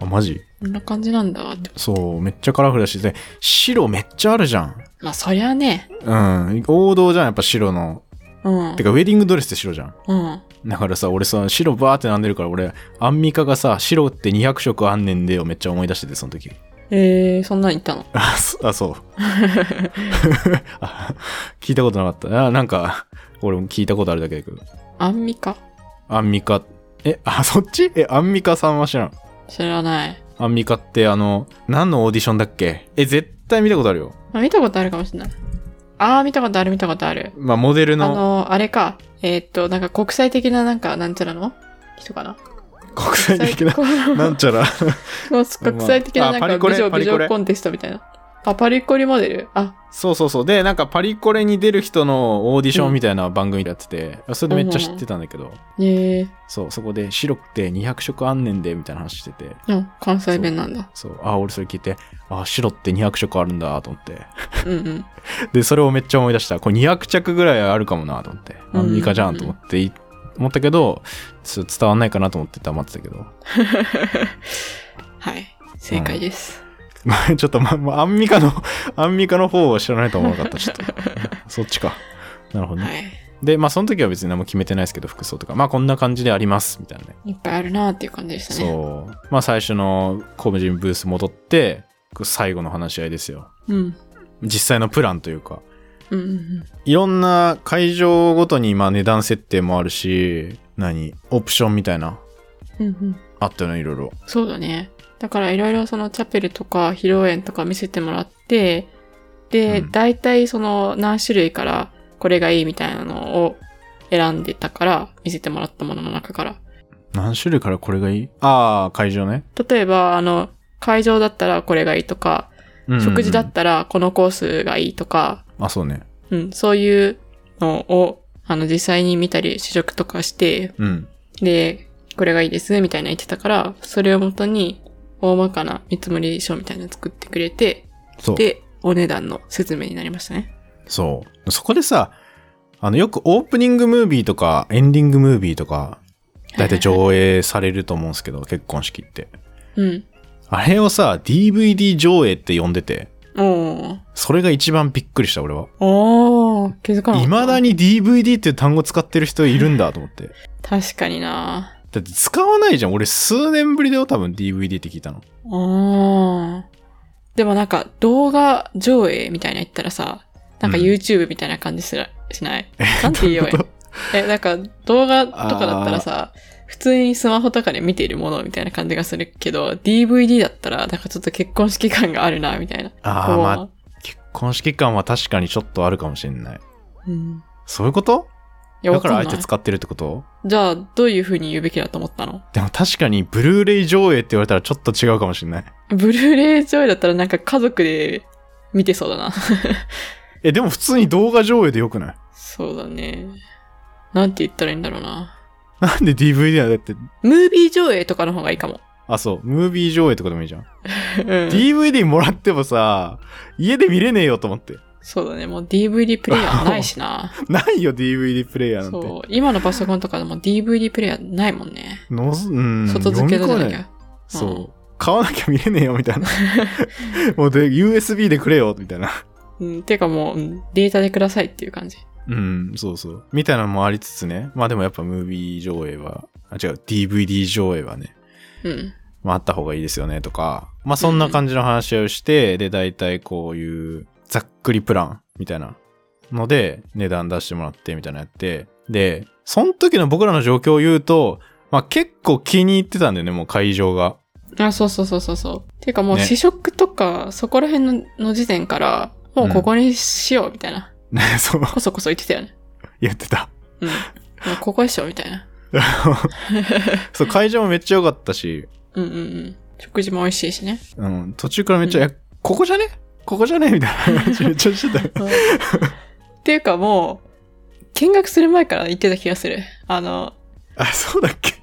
S1: あ、マジ
S2: こんな感じなんだって。
S1: そう、めっちゃカラフルだし、で、白めっちゃあるじゃん。
S2: まあ、そりゃね。
S1: うん。王道じゃん、やっぱ白の
S2: うん
S1: て。かウェディングドレスって白じゃん
S2: うん。
S1: だからさ俺さ白バーって並んでるから俺アンミカがさ白って200色あんねんでをめっちゃ思い出しててその時
S2: えー、そんなん言ったの。
S1: あそあそうあ聞いたことなかったあなんか俺も聞いたことあるだけだけど。
S2: アンミカ
S1: アンミカ、え、あ、そっちえ、アンミカさんは知らん。
S2: 知らない。
S1: アンミカってあの、何のオーディションだっけえ、絶対見たことあるよ。
S2: あ見たことあるかもしれない。ああ、見たことある、見たことある。
S1: まあ、モデル
S2: あ
S1: の、
S2: の、あれか。えーっと、なんか国際的な、なんか、なんちゃらの人かな。
S1: 国際的な、 [LAUGHS] な
S2: なん
S1: ちゃら。
S2: 国際的な、
S1: [LAUGHS] まあ
S2: なん
S1: パリコ
S2: か、
S1: レ
S2: 美女、
S1: パ
S2: 美
S1: リコレ
S2: 女コンテストみたいな。あ、パリコリモデルあ、
S1: そうそうそう。で、なんかパリコレに出る人のオーディションみたいな番組やってて、それでめっちゃ知ってたんだけど、
S2: ええ
S1: そう、そこで白くて200色あんねんで、みたいな話してて、
S2: ー。うん、関西弁なんだ。
S1: そう、あ、俺それ聞いて、あ、白って200色あるんだ、と思って。
S2: うんうん。
S1: で、それをめっちゃ思い出した。これ200着ぐらいあるかもな、と思って。
S2: うん
S1: アンミカじゃん、と思って、い思ったけど、ちょっと伝わんないかなと思って黙ってたけど。
S2: はい。正解です。
S1: ま [LAUGHS] あちょっと、ま、まアンミカの、アンミカの方は知らないと思わなかった、ちょ [LAUGHS] っと。そっちか。なるほどね。
S2: はい。
S1: で、まあ、その時は別に何も決めてないですけど、服装とか、まあ、こんな感じであります、みたいなね。
S2: いっぱいあるなーっていう感じでしたね。
S1: そう。まあ、最初の個人ブース戻って、最後の話し合いですよ。
S2: う。うん。
S1: 実際のプランというか、
S2: うんうんうん。
S1: いろんな会場ごとに、まあ、値段設定もあるし、何オプションみたいな、
S2: うんうん。
S1: あったよね、いろいろ。
S2: そうだね。だからいろいろそのチャペルとか披露宴とか見せてもらって、で、
S1: うん
S2: 大体その何種類からこれがいいみたいなのを選んでたから、見せてもらったものの中から。
S1: 何種類からこれがいいああ、会場ね。
S2: 例えば、あの、会場だったらこれがいいとか、
S1: うんうんうん
S2: 食事だったらこのコースがいいとか、
S1: あ、そうね。
S2: うん、そういうのを、あの、実際に見たり試食とかして、
S1: うん。
S2: で、これがいいです、みたいな言ってたから、それをもとに、大まかな見積もり書みたいなの作ってくれて、
S1: そう。
S2: で、お値段の説明になりましたね。
S1: そう。そこでさ、あの、よくオープニングムービーとか、エンディングムービーとか、だいたい上映されると思うんですけど、 [LAUGHS] 結婚式って。
S2: うん。
S1: あれをさ、DVD 上映って呼んでて、
S2: おー。
S1: それが一番びっくりした、俺は。
S2: おー、気づかなかった。
S1: 未だに DVD っていう単語使ってる人いるんだと思って。
S2: 確かにな
S1: だって使わないじゃん。俺数年ぶりだよ、多分 DVD って聞いたの。
S2: おー。でもなんか、動画上映みたいな言ったらさ、なんか
S1: うん
S2: YouTube みたいな感じすら、しない。なんて言えばいいのえ、なんか動画とかだったらさ、普通にスマホとかで見ているものみたいな感じがするけど、DVD だったら、なんかちょっと結婚式感があるな、みたいな。
S1: [LAUGHS] あ
S2: こ
S1: あ、
S2: う
S1: まあ、結婚式感は確かにちょっとあるかもしれない。
S2: うん。
S1: そういうこと
S2: いや、
S1: だ
S2: わ
S1: か
S2: かん
S1: ら
S2: な
S1: あ
S2: い
S1: え。て使ってるってこと
S2: じゃあ、どういう風に言うべきだと思ったの
S1: でも確かに、ブルーレイ上映って言われたらちょっと違うかもしれない。
S2: ブルーレイ上映だったらなんか家族で見てそ
S1: [LAUGHS]
S2: うだな。
S1: え、でも普通に動画上映でよくない [LAUGHS]
S2: そうだね。なんて言ったらいいんだろうな。
S1: なんで DVD なんだって、
S2: ムービー上映とかの方がいいかも。
S1: あ、そう、ムービー上映とかでもいいじゃん。
S2: うん、
S1: DVD もらってもさ、家で見れねえよと思って。 [LAUGHS]
S2: そうだね。もう DVD プレイヤーないしな。
S1: ないよ、DVD プレイヤー [LAUGHS] なんて。
S2: そう。今のパソコンとかでも DVD プレイヤーないもんね。
S1: のずうん、
S2: 外付けのじ
S1: 読
S2: ゃな
S1: み込め
S2: き
S1: ない
S2: ゃ。
S1: そう。買わなきゃ見れねえよ、みたい
S2: [LAUGHS]
S1: な。もうで、USB でくれよ、みたいな。
S2: うん、てかもう、うんデータでくださいっていう感じ。
S1: うん、そうそう。みたいなのもありつつね。まあでもやっぱムービー上映は、あ、違う、DVD 上映はね、
S2: うん。
S1: まあ、あった方がいいですよねとか、まあ、そんな感じの話し合いをして、で、大体こういうざっくりプランみたいなので、値段出してもらってみたいなのやって、で、その時の僕らの状況を言うと、まあ、結構気に入ってたんだよね、もう会場が。
S2: あ、そうそうそうそうそう。てかもう
S1: ね
S2: 試食とか、そこら辺のの時点から、もうここにしようみたいな。
S1: ね、 [LAUGHS] そう、
S2: こそこそ言ってたよね。
S1: 言ってた。
S2: うん。もうここでしょみたいな。
S1: そう、会場もめっちゃ良かったし、
S2: うんうんうん。食事も美味しいしね。
S1: うん、途中からめっちゃ、いや、ここじゃねここじゃねみたいな話めっちゃしてたよ。
S2: [LAUGHS] っていうかもう、見学する前から言ってた気がする。あの、
S1: あ、そうだっけ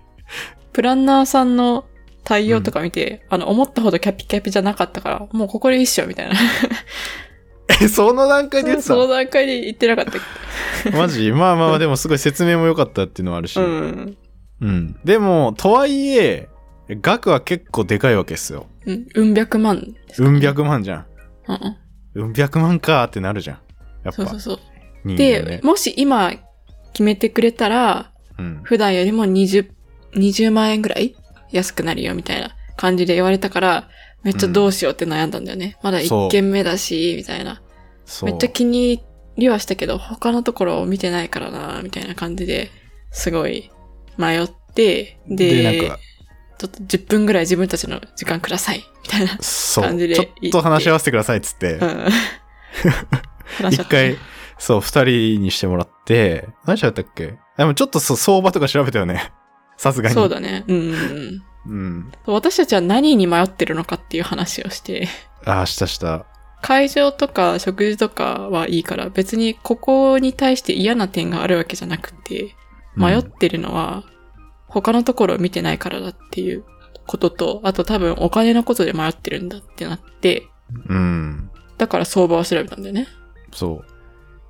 S2: プランナーさんの対応とか見て、あの、思ったほどキャピキャピじゃなかったから、もうここでいいっしょみたいな。
S1: え、その段階で言って
S2: その
S1: た
S2: 段階で言ってなかったっ
S1: マジまあまあまあ、でもすごい説明も良かったっていうのはあるし。
S2: け。うん。
S1: うん。でも、とはいえ、額は結構でかいわけですよ。
S2: うん、うん百万ですかね
S1: うん百万じゃん。
S2: うんうん。
S1: うん百万かーってなるじゃん。やっ
S2: そうそ
S1: ぱ
S2: う、そう。
S1: 人間
S2: で、
S1: ね。
S2: もし今決めてくれたら、
S1: うん。
S2: 普段よりも20、20万円ぐらい安くなるよみたいな感じで言われたから、めっちゃどうしようって悩んだんだよね。まだ
S1: そう
S2: 1件目だし、みたいな。
S1: そう。
S2: めっちゃ気にりはしたけど、他のところを見てないからな、みたいな感じですごい迷って、で、
S1: で、なんか、
S2: ちょっと10分ぐらい自分たちの時間ください、みたいな。
S1: そ
S2: 感じ
S1: う、
S2: で
S1: ちょっと話し合わせてくださいっつって
S2: う、ん。話し
S1: 一
S2: 合って
S1: 回、そう、二人にしてもらって、何しゃったっけでもちょっとそう相場とか調べたよね。 [LAUGHS] さすがに。
S2: そうだね。うんうんうん。
S1: うん。
S2: 私たちは何に迷ってるのかっていう話をして、
S1: ああ、したした。
S2: 会場とか食事とかはいいから、別にここに対して嫌な点があるわけじゃなくて、
S1: うん
S2: 迷ってるのは、他のところを見てないからだっていうことと、あと多分お金のことで迷ってるんだってなって、
S1: うん。
S2: だから相場を調べたんだよね。
S1: そう。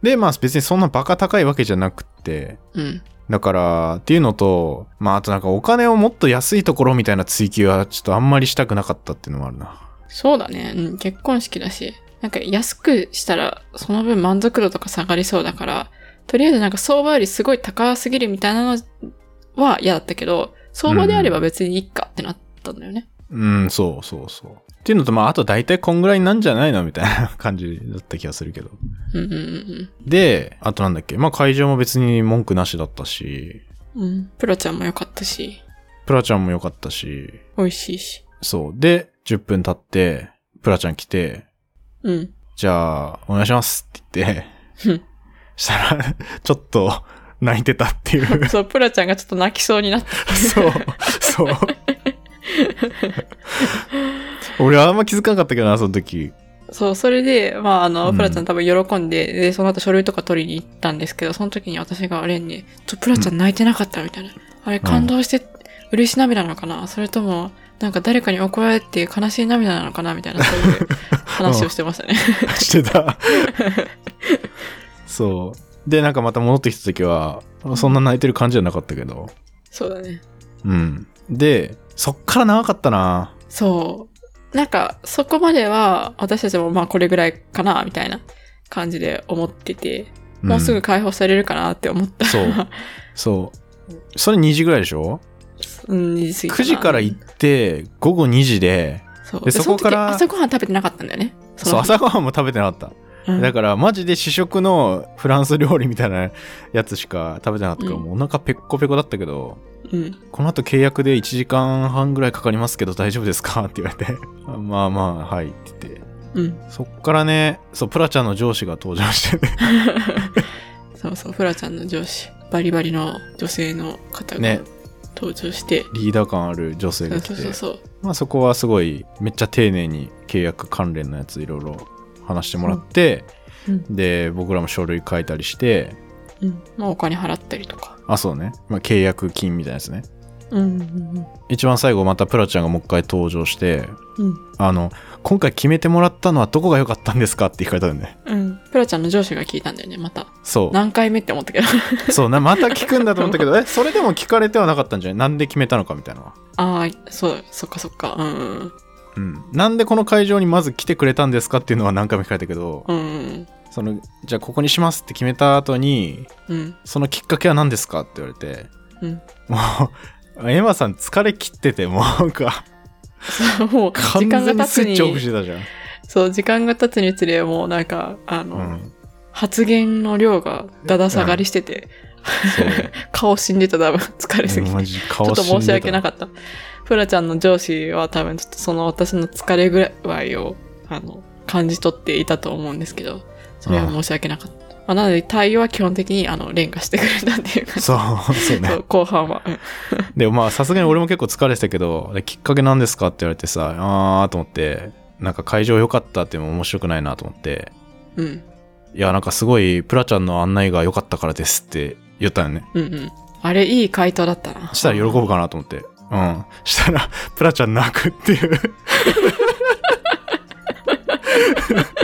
S1: で、まあ別にそんなバカ高いわけじゃなくて、
S2: うん。
S1: だから、っていうのと、まああとなんかお金をもっと安いところみたいな追求はちょっとあんまりしたくなかったっていうのもあるな。
S2: そうだね。うん。結婚式だし。なんか安くしたら、その分満足度とか下がりそうだから、とりあえずなんか相場よりすごい高すぎるみたいなのは嫌だったけど、相場であれば別にいいかってなったんだよね。
S1: うん、そうそうそう。っていうのと、まああと大体こんぐらいなんじゃないのみたいな感じだった気がするけど。
S2: うんうんうん
S1: で、あとなんだっけ、まあ会場も別に文句なしだったし、
S2: うん。うん。プラちゃんも良かったし、
S1: プラちゃんも良かったし、
S2: 美味しいし。
S1: そう。で、10分経って、プラちゃん来て、
S2: [LAUGHS] うん。
S1: じゃあ、お願いしますって言って、
S2: うん
S1: したら、ちょっと泣いてたっていう。
S2: そう、プラちゃんがちょっと泣きそうになった。
S1: そう、そう。俺はあんま気づかなかったけどな、その時。
S2: そう、それで、まあ、あの、
S1: うん
S2: プラちゃん多分喜んで、で、その後書類とか取りに行ったんですけど、その時に私がレンに、ちょ、プラちゃん泣いてなかったみたいな。あれ、感動して、嬉しい涙なのかなそれとも、なんか誰かに怒られて悲しい涙なのかなみたいな、そういう話をしてました [LAUGHS] ね。
S1: してた。そう。で、なんかまた戻ってきた時は、そんな泣いてる感じじゃなかったけど。
S2: そうだね。
S1: うん。で、そっから長かったな。
S2: そう。なんか、そこまでは、私たちもまあ、これぐらいかなみたいな感じで思ってて、
S1: ん
S2: もうすぐ解放されるかなって思った。
S1: そう。そう。それ2時ぐらいでしょ
S2: [LAUGHS] うん、2時過ぎ
S1: ?9 時から行
S2: い
S1: って、午後2時で、
S2: そう。
S1: で
S2: で、
S1: そ
S2: そ
S1: こ
S2: こ
S1: か
S2: からら。朝ごはん食べてなかったんだよね。
S1: そう、
S2: の日
S1: 朝ごはんも食べてなかっ
S2: う
S1: た。
S2: ん
S1: だから、マジで主食のフランス料理みたいなやつしか食べてなかったから、
S2: うん
S1: もうお腹ペッコペコだったけど、
S2: うん。
S1: この後契約で1時間半ぐらいかかりますけど大丈夫ですかって言われて、 [LAUGHS] まあまあ、はいって言って。
S2: うん。
S1: そっからね、そう、プラちゃんの上司が登場してね [LAUGHS]
S2: そうそう、フラちゃんの上司、バリバリの女性の方が
S1: ね
S2: 登場して、
S1: リーダー感ある女性
S2: そう
S1: が来て
S2: そうそうそう。
S1: まあそこはすごいめっちゃ丁寧に契約関連のやついろいろ話してもらって、
S2: うん
S1: で僕らも書類書いたりして
S2: うん。まあ、お金払ったりとか。
S1: あそうね、まあ、契約金みたいなやつね
S2: うんうん
S1: 一番最後またプラちゃんがもう一回登場して
S2: うん。うん。
S1: あの今回決めてもらったのはどこが良かったんですかって聞かれたんだよね
S2: うん。プラちゃんの上司が聞いたんだよね、また。
S1: そ
S2: 何回目って思ったけど。 [LAUGHS]
S1: うそうなまた聞くんだと思ったけどえそれでも聞かれてはなかったんじゃないなんで決めたのかみたいなのは
S2: ああ、そう、そっかそっか。うんうん
S1: うん、なんでこの会場にまず来てくれたんですかっていうのは何回も聞かれたけど、
S2: うん。うん
S1: そのじゃあここにしますって決めた後に
S2: うん。うん。
S1: そのきっかけは何ですかって言われて、
S2: うん [LAUGHS]
S1: もう、エマさん疲れ切ってて、もうなんか、
S2: そう、もう、
S1: 完
S2: 時間が
S1: 全に
S2: 経
S1: ス
S2: つ
S1: イッチオフ
S2: に、
S1: してたじゃん。
S2: そう、時間が経つにつれ、もうなんか、あの、 [LAUGHS]
S1: うん。
S2: 発言の量がだだ下がりしてて、顔死んでた、多分、 [LAUGHS] 疲れす
S1: そう。
S2: ぎて
S1: マ。ジ
S2: ちょ
S1: 顔
S2: っと申し訳な
S1: かっ
S2: かった。フラちゃんの上司は多分ちょっとその私の疲れ具合をあの感じ取っていたと思うんですけど、それは申し訳なかった。まあなので対応は基本的にあの連がしてくれたっていう感じ。
S1: そう、そう
S2: そ
S1: ね
S2: う。後半は。うん
S1: で、まあ、さすがに俺も結構疲れてたけど、できっかけなんですかって言われてさ、あーと思って、なんか会場良かったっても面白くないなと思って、
S2: うん。
S1: いや、なんかすごい、プラちゃんの案内が良かったからですって言ったよね。
S2: うんうん。あれ、いい回答だったな。
S1: したら喜ぶかなと思って。うん。したら、プラちゃん泣くっていう。 [LAUGHS]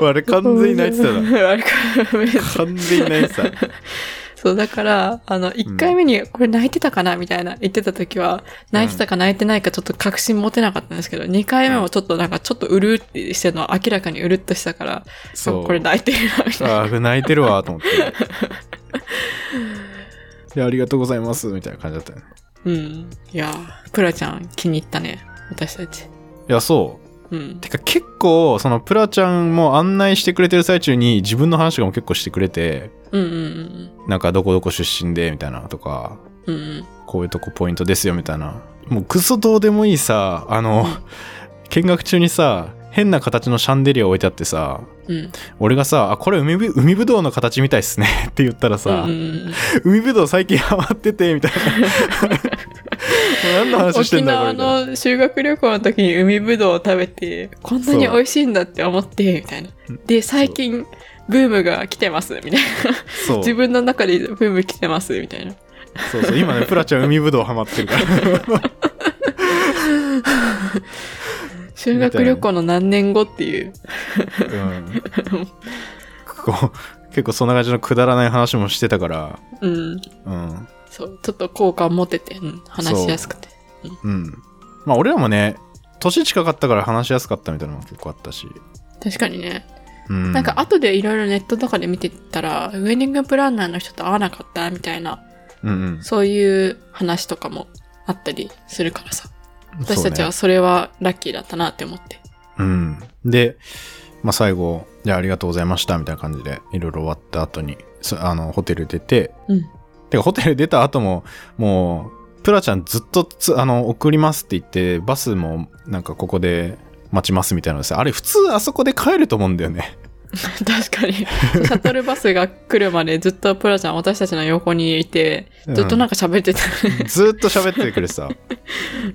S1: あれ完全に泣いてたな。
S2: [LAUGHS] な。あれかめっちゃ
S1: 完全に泣いてた。
S2: そう、だから、あの、1回目に、これ泣いてたかなみたいな言ってた時は、泣いてたか泣いてないかちょっと確信持てなかったんですけど、2回目もちょっとなんかちょっとうるってしてるのは明らかにうるっとしたから、
S1: そう。
S2: これ泣いてるな、みたいな。
S1: ああ、泣いてるわ、と思って。で、ありがとうございます、みたいな感じだったよね。
S2: うん。いやー、プラちゃん気に入ったね、私たち。
S1: いや、そう。
S2: うん。
S1: てか結構そのプラちゃんも案内してくれてる最中に自分の話とかも結構してくれて
S2: うんうん
S1: なんかどこどこ出身でみたいなとか
S2: うん。うん
S1: こういうとこポイントですよみたいなもうクソどうでもいいさあの見学中にさ変な形のシャンデリア置いてあってさ
S2: うん。うん。
S1: 俺がさ「あこれ海ぶ海ぶどうの形みたいっすね」 [LAUGHS] って言ったらさ「
S2: うんうん
S1: 海ぶどう最近ハマってて」みたいなも
S2: [LAUGHS]
S1: う何の話して
S2: 沖
S1: んだこれ
S2: 縄
S1: みたいな
S2: の修学旅行の時に海ぶどうを食べて、こんなに美味しいんだって思って、みたいな。で、最近、ブームが来てます、みたいな。
S1: そう
S2: 自分の中でブーム来てます、みたいな。
S1: そうそう今ねプラちゃん海ぶどうハマってるから
S2: 修学旅行の何年後っていう。
S1: うん、こう結構そんな感じのくだらない話もしてたから
S2: うん。
S1: うん
S2: そう、ちょっと好感持てて、うん話しやすくて。
S1: うんまあ俺らもね年近かったから話しやすかったみたいなのも結構あったし、
S2: 確かにね。
S1: うん、
S2: なんか後でいろいろネットとかで見てたら、ウェディングプランナーの人と会わなかったみたいな、
S1: うん
S2: そういう話とかもあったりするからさ。
S1: うん、
S2: 私たちは
S1: そ
S2: それはラッキーだったなって思って。
S1: うね、うん、で、まあ、最後「じゃあありがとうございました」みたいな感じでいろいろ終わった後にそあのホテル出て
S2: うん。 [LAUGHS]
S1: てかホテル出た後ももうプラちゃんずっとつあの送りますって言ってバスもなんかここで待ちますみたいなのでさあれ普通あそこで帰ると思うんだよね
S2: 確かに。シャトルバスが来るまでずっとプラちゃん私たちの横にいて、ずっとなんか喋ってた。
S1: ずーっと喋ってくれてさ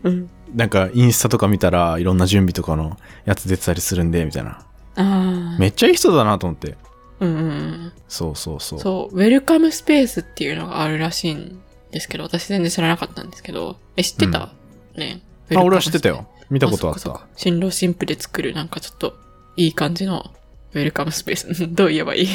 S2: うん。
S1: なんかインスタとか見たらいろんな準備とかのやつ出てたりするんでみたいな
S2: [LAUGHS] ああ。
S1: めっちゃいい人だなと思って
S2: うんうんうん。
S1: そうそうそう
S2: そう、ウェルカムスペースっていうのがあるらしいんですけど、私全然知らなかったんですけど、え、知ってた、ね。ウェルカムスペー
S1: あ
S2: ス
S1: 俺は知ってた。よ見
S2: 見
S1: たことあった
S2: 新郎新婦で作るなんかちょっといい感じのウェルカムスペース。 [LAUGHS] どう言えばいい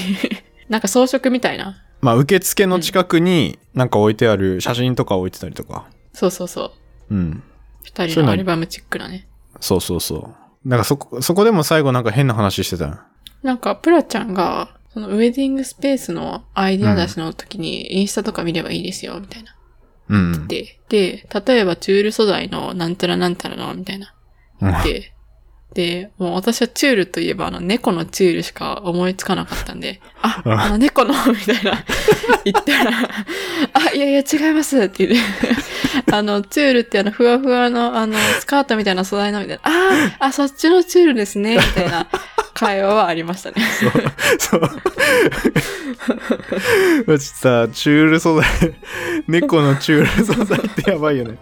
S2: なんか装飾みたいな。
S1: まあ受付の近くになんか置いてある写真とか置いてたりとか
S2: そうそうそう。
S1: うん
S2: 二
S1: そ
S2: 人
S1: ういう
S2: の
S1: の
S2: アルバムチックなね。
S1: そうそうそうなんかそこそこでも最後なんか変な話してたよ
S2: なんか、プラちゃんが、そのウェディングスペースのアイディア出しの時にインスタとか見ればいいですよ、みたいな。
S1: うん
S2: で、で、例えばチュール素材のなんたらなんたらの、みたいな。
S1: うん
S2: で、で、もう私はチュールといえばあの猫のチュールしか思いつかなかったんで、あ、
S1: うん
S2: あの猫の、 [LAUGHS] みたいな、言ったら、あ、いやいや違いますって言って、 [LAUGHS] あの、チュールってあの、ふわふわのあの、スカートみたいな素材の、みたいな、あー、あ、そっちのチュールですね、みたいな会話はありましたね。
S1: [LAUGHS] そう。うちさ、チュール素材、猫のチュール素材ってやばいよね。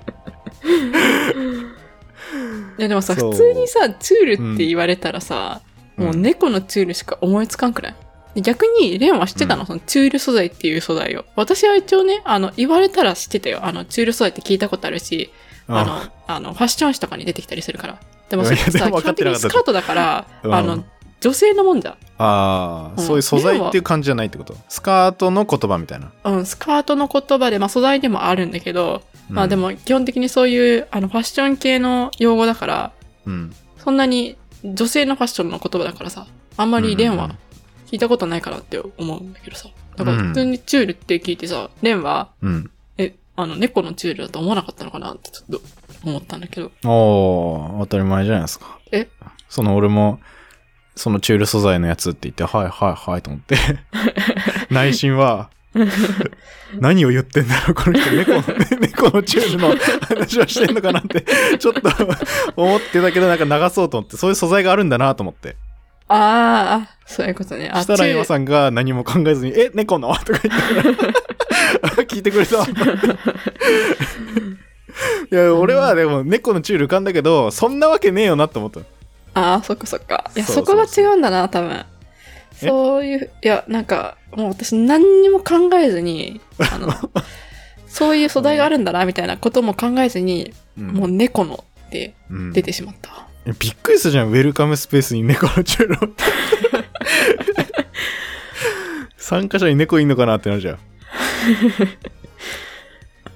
S2: いやでもさ、
S1: そう
S2: 普通にさ、チュールって言われたらさ、
S1: うん
S2: もう猫のチュールしか思いつかんくらい。で逆に、レンは知ってたの、そのチュール素材っていう素材を。私は一応ね、あの、言われたら知ってたよ。あの、チュール素材って聞いたことあるし、あの、あの、ファッション誌とかに出てきたりするから。でもそれ
S1: いやでも
S2: さ、基
S1: 分か
S2: 本
S1: って
S2: 的
S1: な
S2: に
S1: かった
S2: スカートだから、
S1: うん
S2: あの、女性のもんじゃ。
S1: あー、
S2: うん
S1: そういう素材っていう感じじゃないってこと。スカートの言葉みたいな。
S2: うん、スカートの言葉で、まあ素材でもあるんだけど、ま
S1: う
S2: あ
S1: ん
S2: で、も基本的にそういう、あの、ファッション系の用語だから、
S1: うん。
S2: そんなに女性のファッションの言葉だからさ、あんまりレン
S1: うんう
S2: は
S1: ん
S2: 聞いたことないかなって思うんだけどさ。だか
S1: う
S2: ら
S1: ん
S2: 普通にチュールって聞いてさ、レンは、
S1: うん。
S2: え、あの、猫のチュールだと思わなかったのかなってちょっと思ったんだけど。
S1: おー、当たり前じゃないですか。
S2: え
S1: その俺も、そのチュール素材のやつって言って、はいはいはいと思
S2: [LAUGHS]
S1: って。内心は、何を言ってんだろう、この人。猫の、 [LAUGHS] 猫のチュールの話をしてんのかなって、ちょっと思ってたけど、なんか流そうと思って、そういう素材があるんだなと思って。
S2: ああ、あそういうことね。あ、
S1: したら
S2: チュー
S1: 今
S2: ル
S1: さんが何も考えずに、え、猫のとか言ってたから聞いてく
S2: [LAUGHS]
S1: れた。いや、俺はでも猫のチュール浮かんだけど、そんなわけねえよなと思った。
S2: ああ、そっかそっか。いや、
S1: そ
S2: そう
S1: そう
S2: こ
S1: そ
S2: が
S1: う
S2: 違うんだな、多分。
S1: え
S2: そういう、いや、なんか、もう私何にも考えずに、
S1: [LAUGHS]
S2: あの、そういう素材があるんだな、みたいなことも考えずに、
S1: うん
S2: もう猫のって
S1: うん
S2: 出てしまった。
S1: びっくりするじゃんウェルカムスペースに猫のチュールを参加者に猫いんのかなってなるじゃん、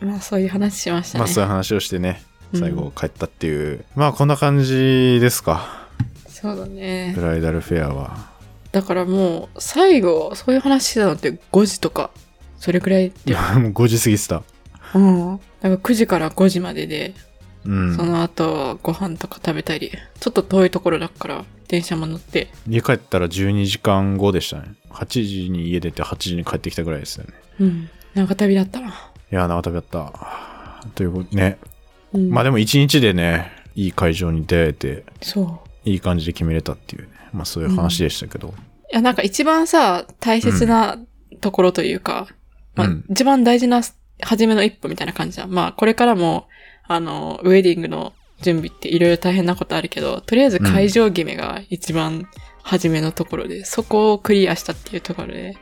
S2: まあそういう話しました
S1: ま
S2: ね。
S1: あそういう話をしてね
S2: うん
S1: 最後帰ったっていう、まあこんな感じですか
S2: そうだね
S1: ブ。ライダルフェアは
S2: だからもう最後そういう話してたのって5時とかそれくらい
S1: い [LAUGHS]
S2: で。
S1: やもう5時過ぎてた
S2: うん。だから9時から5時までで
S1: うん
S2: その後、ご飯とか食べたり、ちょっと遠いところだから、電車も乗って、
S1: 家帰ったら12時間後でしたね8時に家出て8時に帰ってきたぐらいですよね
S2: うん、長旅だったな。
S1: いやー長旅だったということね
S2: うん、
S1: まあでも1日でねいい会場に出会えて
S2: そう。
S1: いい感じで決めれたっていうねまあそういう話でしたけど、
S2: いや、なんか一番さ、大切なところというか、まあ
S1: うん
S2: 一番大事な、初めの一歩みたいな感じだ。まあ、これからも、あの、ウェディングの準備っていろいろ大変なことあるけど、とりあえず会場決めが一番初めのところで、そこをクリアしたっていうところで、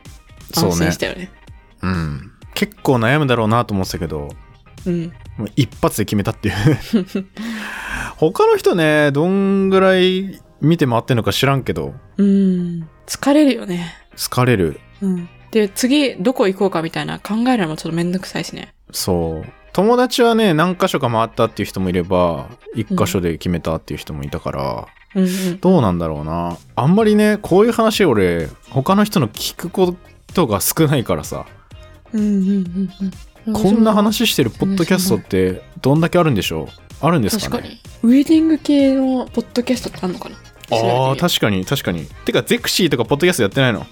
S1: そう
S2: 安
S1: ね
S2: 心したよね。
S1: うん結構悩むだろうなと思ってたけど
S2: うん。
S1: もう一発で決めたっていう他の人ねどんぐらい見て回ってんのか知らんけど
S2: うん。疲れるよね。
S1: 疲れる
S2: うん。で、次、どこ行こうかみたいな考えるのもちょっとめんどくさいしね。
S1: そう友達はね何箇所か回ったっていう人もいれば一箇所で決めたっていう人もいたから、
S2: うんうん。
S1: どうなんだろうなあんまりねこういう話俺他の人の聞くことが少ないからさ
S2: うんうんうんうん。
S1: こんな話してるポッドキャストってどんだけあるんでしょうあるんですかね
S2: 確かに。ウェディング系のポッドキャストってあるのかな
S1: ああ
S2: 確
S1: 確
S2: か
S1: かに確かにてかゼクシーとかポッドキャストやってないの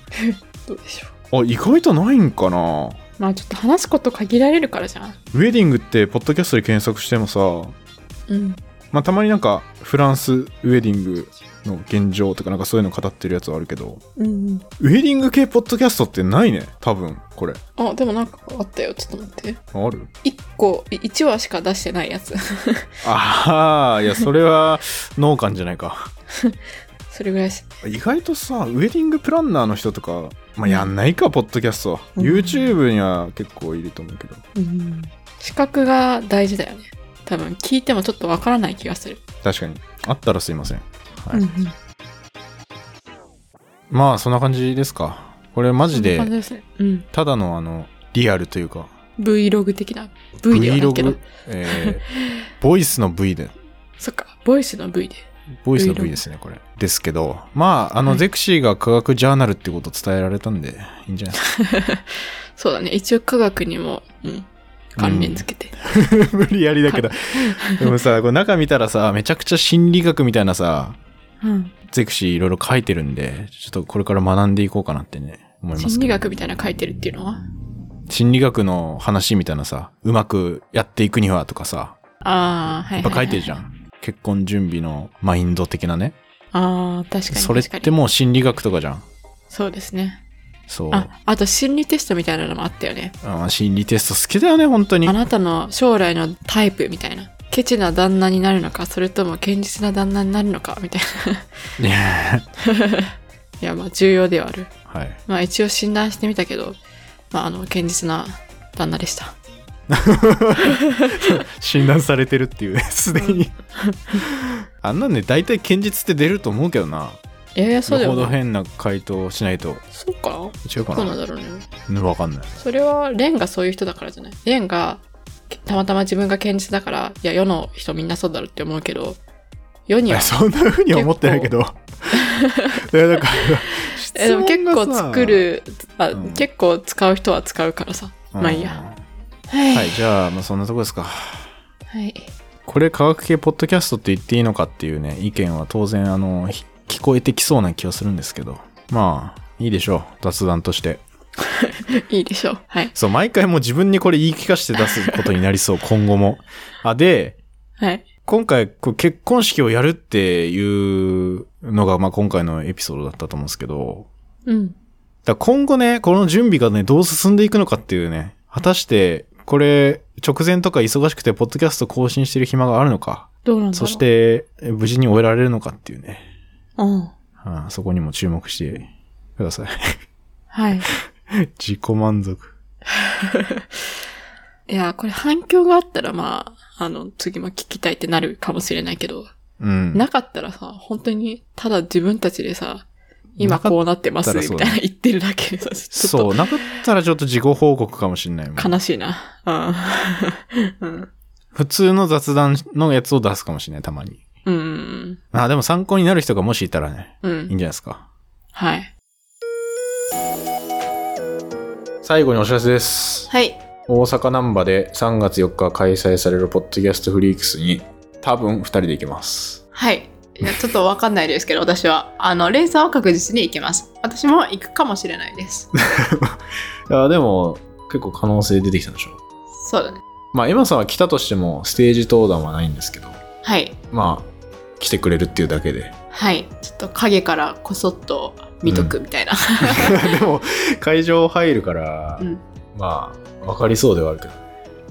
S2: どうでしょう。
S1: あ意外とないんかな
S2: まあちょっと話すこと限られるからじゃん。
S1: ウェディングってポッドキャストで検索してもさ、
S2: うん。
S1: まあ、たまになんかフランスウェディングの現状とかなんかそういうの語ってるやつはあるけど
S2: うん。
S1: ウェディング系ポッドキャストってないね多分これ
S2: あ、でもなんかあったよ。ちょっと待って。
S1: ある
S2: 1個、1話しか出してないやつ。 [LAUGHS]
S1: あ [LAUGHS] あいやそれは農感じゃないか
S2: それぐらいし。
S1: 意外とさウェディングプランナーの人とか、まあ、やんないかポッドキャスト、
S2: うん
S1: YouTube には結構いると思うけど
S2: うん。資格が大事だよね。多分聞いてもちょっとわからない気がする。
S1: 確かにあったらすいませんはい
S2: うんうん。
S1: まあそんな感じですかこれマジ
S2: そんな感
S1: で
S2: じですね。うん。
S1: ただのあのリアルというか
S2: Vlog 的な。V ではないけど
S1: Vlog。、え
S2: [LAUGHS]
S1: ーボイスの V で、
S2: そっか。ボイスの V で。
S1: ボイスの
S2: Vlog
S1: V ですね、これ。ですけど、まあ、あの、
S2: はい
S1: ゼクシーが科学ジャーナルってことを伝えられたんで、いいんじゃないです
S2: そうだね。一応科学にも、うん。関連付けて。
S1: か。無理やりだけど。でもさ、これ中見たらさ、めちゃくちゃ心理学みたいなさ、
S2: うん。
S1: ゼクシーいろいろ書いてるんで、ちょっとこれから学んでいこうかなってね、思いますけど。
S2: 心理学みたいなの書いてるっていうのは
S1: 心理学の話みたいなさ、うまくやっていくにはとかさ、
S2: ああ、はい
S1: やっぱ
S2: はい、
S1: 書
S2: はい
S1: てるじゃん。結婚準備のマインド的なね。
S2: ああ、確かに確かに。
S1: それってもう心理学とかじゃん。
S2: そうですね。
S1: そう。
S2: あ、あと心理テストみたいなのもあったよね。
S1: あ心理テスト好きだよね、本当に
S2: あ。なたの将来のタイプみたいな。ケチな旦那になるのか、それとも堅実な旦那になるのか、みたいな。 [LAUGHS] いや、まあ重要ではある。
S1: [LAUGHS] はい。
S2: まあ一応診断してみたけど、まああの、堅実な旦那でした。
S1: 診断されてるっていうね、すで
S2: [LAUGHS]
S1: に。あんなんね、大体堅実って出ると思うけどな。
S2: いやいや、そうだ
S1: よ
S2: よ
S1: ほど
S2: ね。
S1: 変な回答をしないと。
S2: そうか
S1: 違うか
S2: そうなん
S1: な
S2: だろうね。
S1: うんわかんない。
S2: それは、レンがそういう人だからじゃないレンが、たまたま自分が堅実だから、いや、世の人みんなそうだろうって思うけど、世には
S1: そんな風には思ってないけど。 [LAUGHS] いや、だから、
S2: えでも結構作るあ、
S1: うん
S2: 結構使う人は使うからさ
S1: うん。
S2: まあいいやはい
S1: はい、じゃあ、まあそんなとこですか。
S2: はい [LAUGHS]
S1: これ科学系ポッドキャストって言っていいのかっていうね、意見は当然、あの、ひ聞こえてきそうな気がするんですけど。まあ、いいでしょう。雑談として。
S2: いいでしょうはい
S1: そう、毎回もう自分にこれ言い聞かせて出すことになりそう、今後も。あ、で、
S2: はい
S1: 今回、こう結婚式をやるっていうのが、まあ、今回のエピソードだったと思うんですけど、
S2: うん
S1: だから今後ね、この準備がね、どう進んでいくのかっていうね、果たして、これ、直前とか忙しくて、ポッドキャスト更新してる暇があるのか、
S2: どうなんだろ
S1: そ
S2: う
S1: して、え無事に終えられるのかっていうね、
S2: うん
S1: はあ、そこにも注目してください。 [LAUGHS]
S2: はい
S1: 自己満足。
S2: いやこれ反響があったらまああの次も聞きたいってなるかもしれないけど、
S1: うん。
S2: なかったらさ本当にただ自分たちでさ今こうなってます
S1: なかったらそう
S2: みた
S1: だ
S2: いな言ってるだけでさちょ
S1: そ
S2: っ
S1: う、なかったらちょっと自己報告かもしれないもん
S2: と悲しいなうん [LAUGHS]
S1: 普通の雑談のやつを出すかもしれない、たまに。
S2: うんうん
S1: あ、でも参考になる人がもしいたらね、
S2: う
S1: いいん
S2: ん
S1: じゃないですか。
S2: はい
S1: 最後にお知らせです。
S2: はい
S1: 大阪難波で3月4日開催されるポッドキャストフリークスに多分2人で行きます。
S2: はい。いやちょっとわかんないですけど、私は。あの、レーサーは確実に行きます。私も行くかもしれない [LAUGHS] です。
S1: いや、でも、結構可能性出てきたんでしょう。
S2: そうだね。
S1: まあ、エマさんは来たとしても、ステージ登壇はないんですけど、
S2: はい。
S1: まあ、来てくれるっていうだけ [LAUGHS] で。
S2: はい。ちょっと影からこそっと見とくみ [LAUGHS] たいな。
S1: でも、会場入るから、
S2: うん。
S1: まあ、わかりそうではあるけど、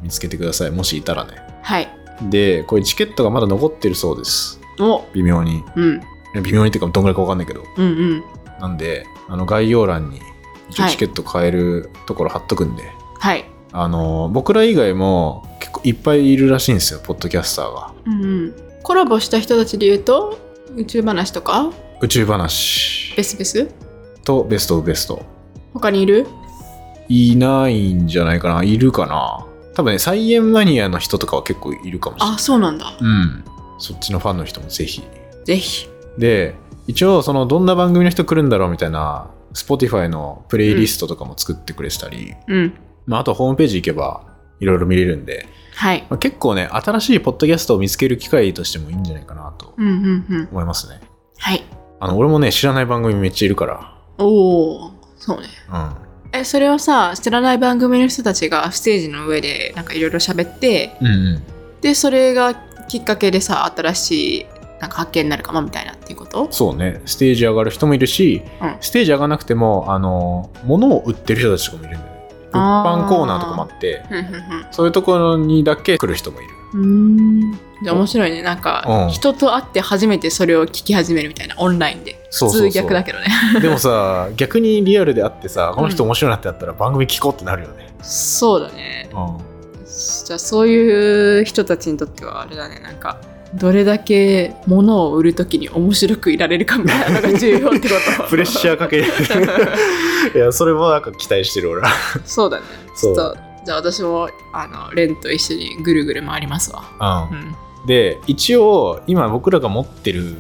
S1: 見つけてください。もしいたらね。
S2: はい。
S1: で、これチケットがまだ残ってるそうです。
S2: お、
S1: 微妙に。
S2: うん。
S1: 微妙にっていうか、どんぐらいかわかんないけど。
S2: うんうん。
S1: なんで、あの、概要欄に、一応
S2: はい
S1: チケット買えるところ貼っとくんで、
S2: はい。
S1: あの、僕ら以外も結構いっぱいいるらしいんですよ、ポッドキャスターが。
S2: うんうん。コラボした人たちで言うと、宇宙話とか、
S1: 宇宙話
S2: ベスベス
S1: とベストオブベスト。
S2: 他にいる
S1: いないんじゃないかな、いるかな。多分ね、サイエンマニアの人とかは結構いるかもしれな
S2: あ、
S1: い。
S2: そうなんだ。
S1: うん。そっちのファンの人もぜひ。
S2: ぜひ。
S1: で、一応、その、どんな番組の人来るんだろうみたいな、Spotify のプレイリストとかも作ってくれてたり、
S2: うん。
S1: まあ、あとホームページ行けば、いろいろ見れるんで、
S2: はい。
S1: まあ、結構ね、新しいポッドキャストを見つける機会としてもいいんじゃないかなと
S2: うんうんうん。
S1: 思いますね。
S2: はい。
S1: あの、俺もね、知らない番組めっちゃいるか
S2: おー、そうね。
S1: ら。
S2: え、それをさ、知らない番組の人たちがステージの上でなんかいろいろ喋って、
S1: うん。うんうん。
S2: で、それがきっかけでさ、新しいなんか発見になるかもみたいなっていうこと
S1: そうね、ステージ上がる人もいるし、
S2: うん
S1: ステージ上がなくても、あの、物を売ってる人たちとかもいるんだよね。物
S2: あー
S1: 販コーナーとかもあって、
S2: ふんふんふん。う
S1: そういうところにだけ来る人もいる。
S2: ーん。じゃあ面白いね。なんか
S1: う、ん
S2: 人と会って初めてそれを聞き始めるみたいな、オンラインで。
S1: そうそうそう
S2: 普通逆だけどね。
S1: でもさ、逆にリアルで会ってさ、この人面白いなってなったら番組聞こうってなるよね。
S2: そうだね。
S1: うん。
S2: じゃあそういう人たちにとってはあれだねなんかどれだけ物を売るときに面白くいられるかみたいなのが重要ってこ
S1: [LAUGHS]
S2: と
S1: プレッシャーかける。いや、それもなんか期待してる俺は。
S2: そうだねち
S1: そ
S2: ょっ
S1: う。
S2: とじゃあ私もあのレンと一緒にぐるぐる回りますわ
S1: うん
S2: う。ん
S1: で一応今僕らが持ってる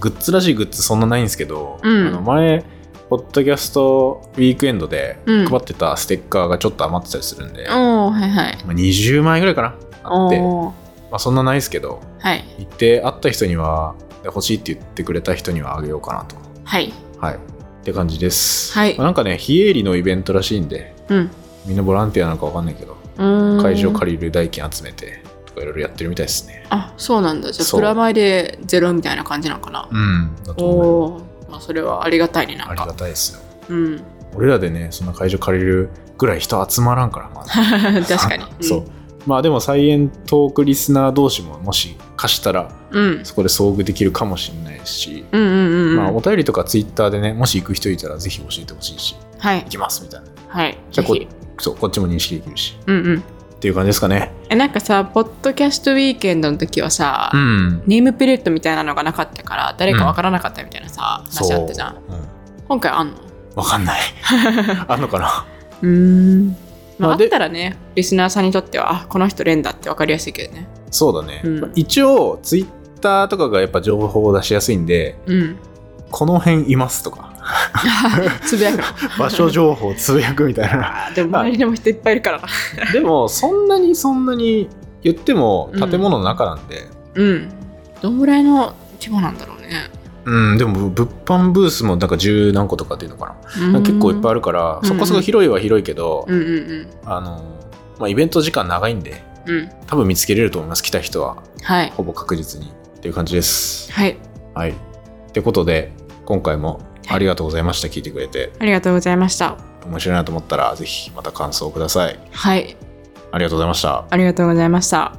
S1: グッズらしいグッズそんなないんですけど、
S2: うん
S1: あの前ポッドキャストウィークエンドで
S2: うん
S1: 配ってたステッカーがちょっと余ってたりするんで、ま
S2: おおはいはい
S1: あ20枚ぐらいかなあって、ま
S2: おー
S1: あ、そんなないですけど
S2: はい
S1: 行って会った人には欲しいって言ってくれた人にはあげようかなと
S2: はい
S1: はいって感じです、
S2: はい
S1: まあなんかね非営利のイベントらしいんで
S2: うん
S1: みんなボランティアなのかわかんないけど
S2: うーん
S1: 会場借りる代金集めてとかいろいろやってるみたいですね
S2: あそうなんだじゃあ
S1: そう
S2: プラマイでゼロみたいな感じなのかな
S1: うんだと
S2: お
S1: 思うよ
S2: おーまあそれはありがたいね
S1: あ
S2: なん
S1: りが
S2: か
S1: たいですよ
S2: うん
S1: 俺らでねそんな会場借りるぐらい人集まらんから、まだ
S2: [LAUGHS] 確かに
S1: [LAUGHS] そうまあでも菜園トークリスナー同士ももし貸したら
S2: うん
S1: そこで遭遇できるかもしれないし、
S2: うんうんうんうん、
S1: まあ、お便りとかツイッターでねもし行く人いたらぜひ教えてほしいし
S2: はい
S1: 行きますみたいな
S2: はい。
S1: じゃあこ
S2: ぜひ
S1: そうこっちも認識できるし
S2: うんうん。
S1: っていう感じですかね
S2: え、なんかさ、ポッドキャストウィーケンドの時はさ、
S1: ん
S2: ネームプレートみたいなのがなかったから、誰かわからなかったみたいなさ、話あったじゃん。
S1: そう、うん、
S2: 今回あんの
S1: わかん
S2: [LAUGHS]
S1: ないあんのかな
S2: うーん。まあ、
S1: ま
S2: あ
S1: あ
S2: っ
S1: で
S2: たらね、リスナーさんにとっては、あ、この人レンだってわかりやすいけどね。
S1: そうだね、
S2: うん
S1: まあ一応ツイッターとかがやっぱ情報を出しやすいんで
S2: うん。
S1: この辺いますと
S2: [LAUGHS]
S1: か
S2: つぶやく [LAUGHS] の。
S1: 場所情報つぶやくみたいな
S2: あーでも周りでも人いっぱいいるからな。
S1: でもそんなにそんなに言っても建物の中なんで、
S2: うん。どんぐらいの規模なんだろうね。
S1: うん、でもぶ物販ブースもなんか十何個とかっていうのかな、結構いっぱいあ
S2: る。
S1: るから、
S2: うん
S1: そこそこ広いは広いけど、
S2: うんうん
S1: あのまあ、イベント時間長いんで
S2: うん。うん。
S1: 多分見つけれると思います来た人は
S2: はい。
S1: ほぼ確実にっていう感じです。
S2: はい。
S1: はい、ってことで今回もありがとうございました、聞いてくれて
S2: ありがとうございました。
S1: 面白いなと思ったらぜひまた感想をください
S2: はい。
S1: ありがとうございました
S2: ありがとうございました。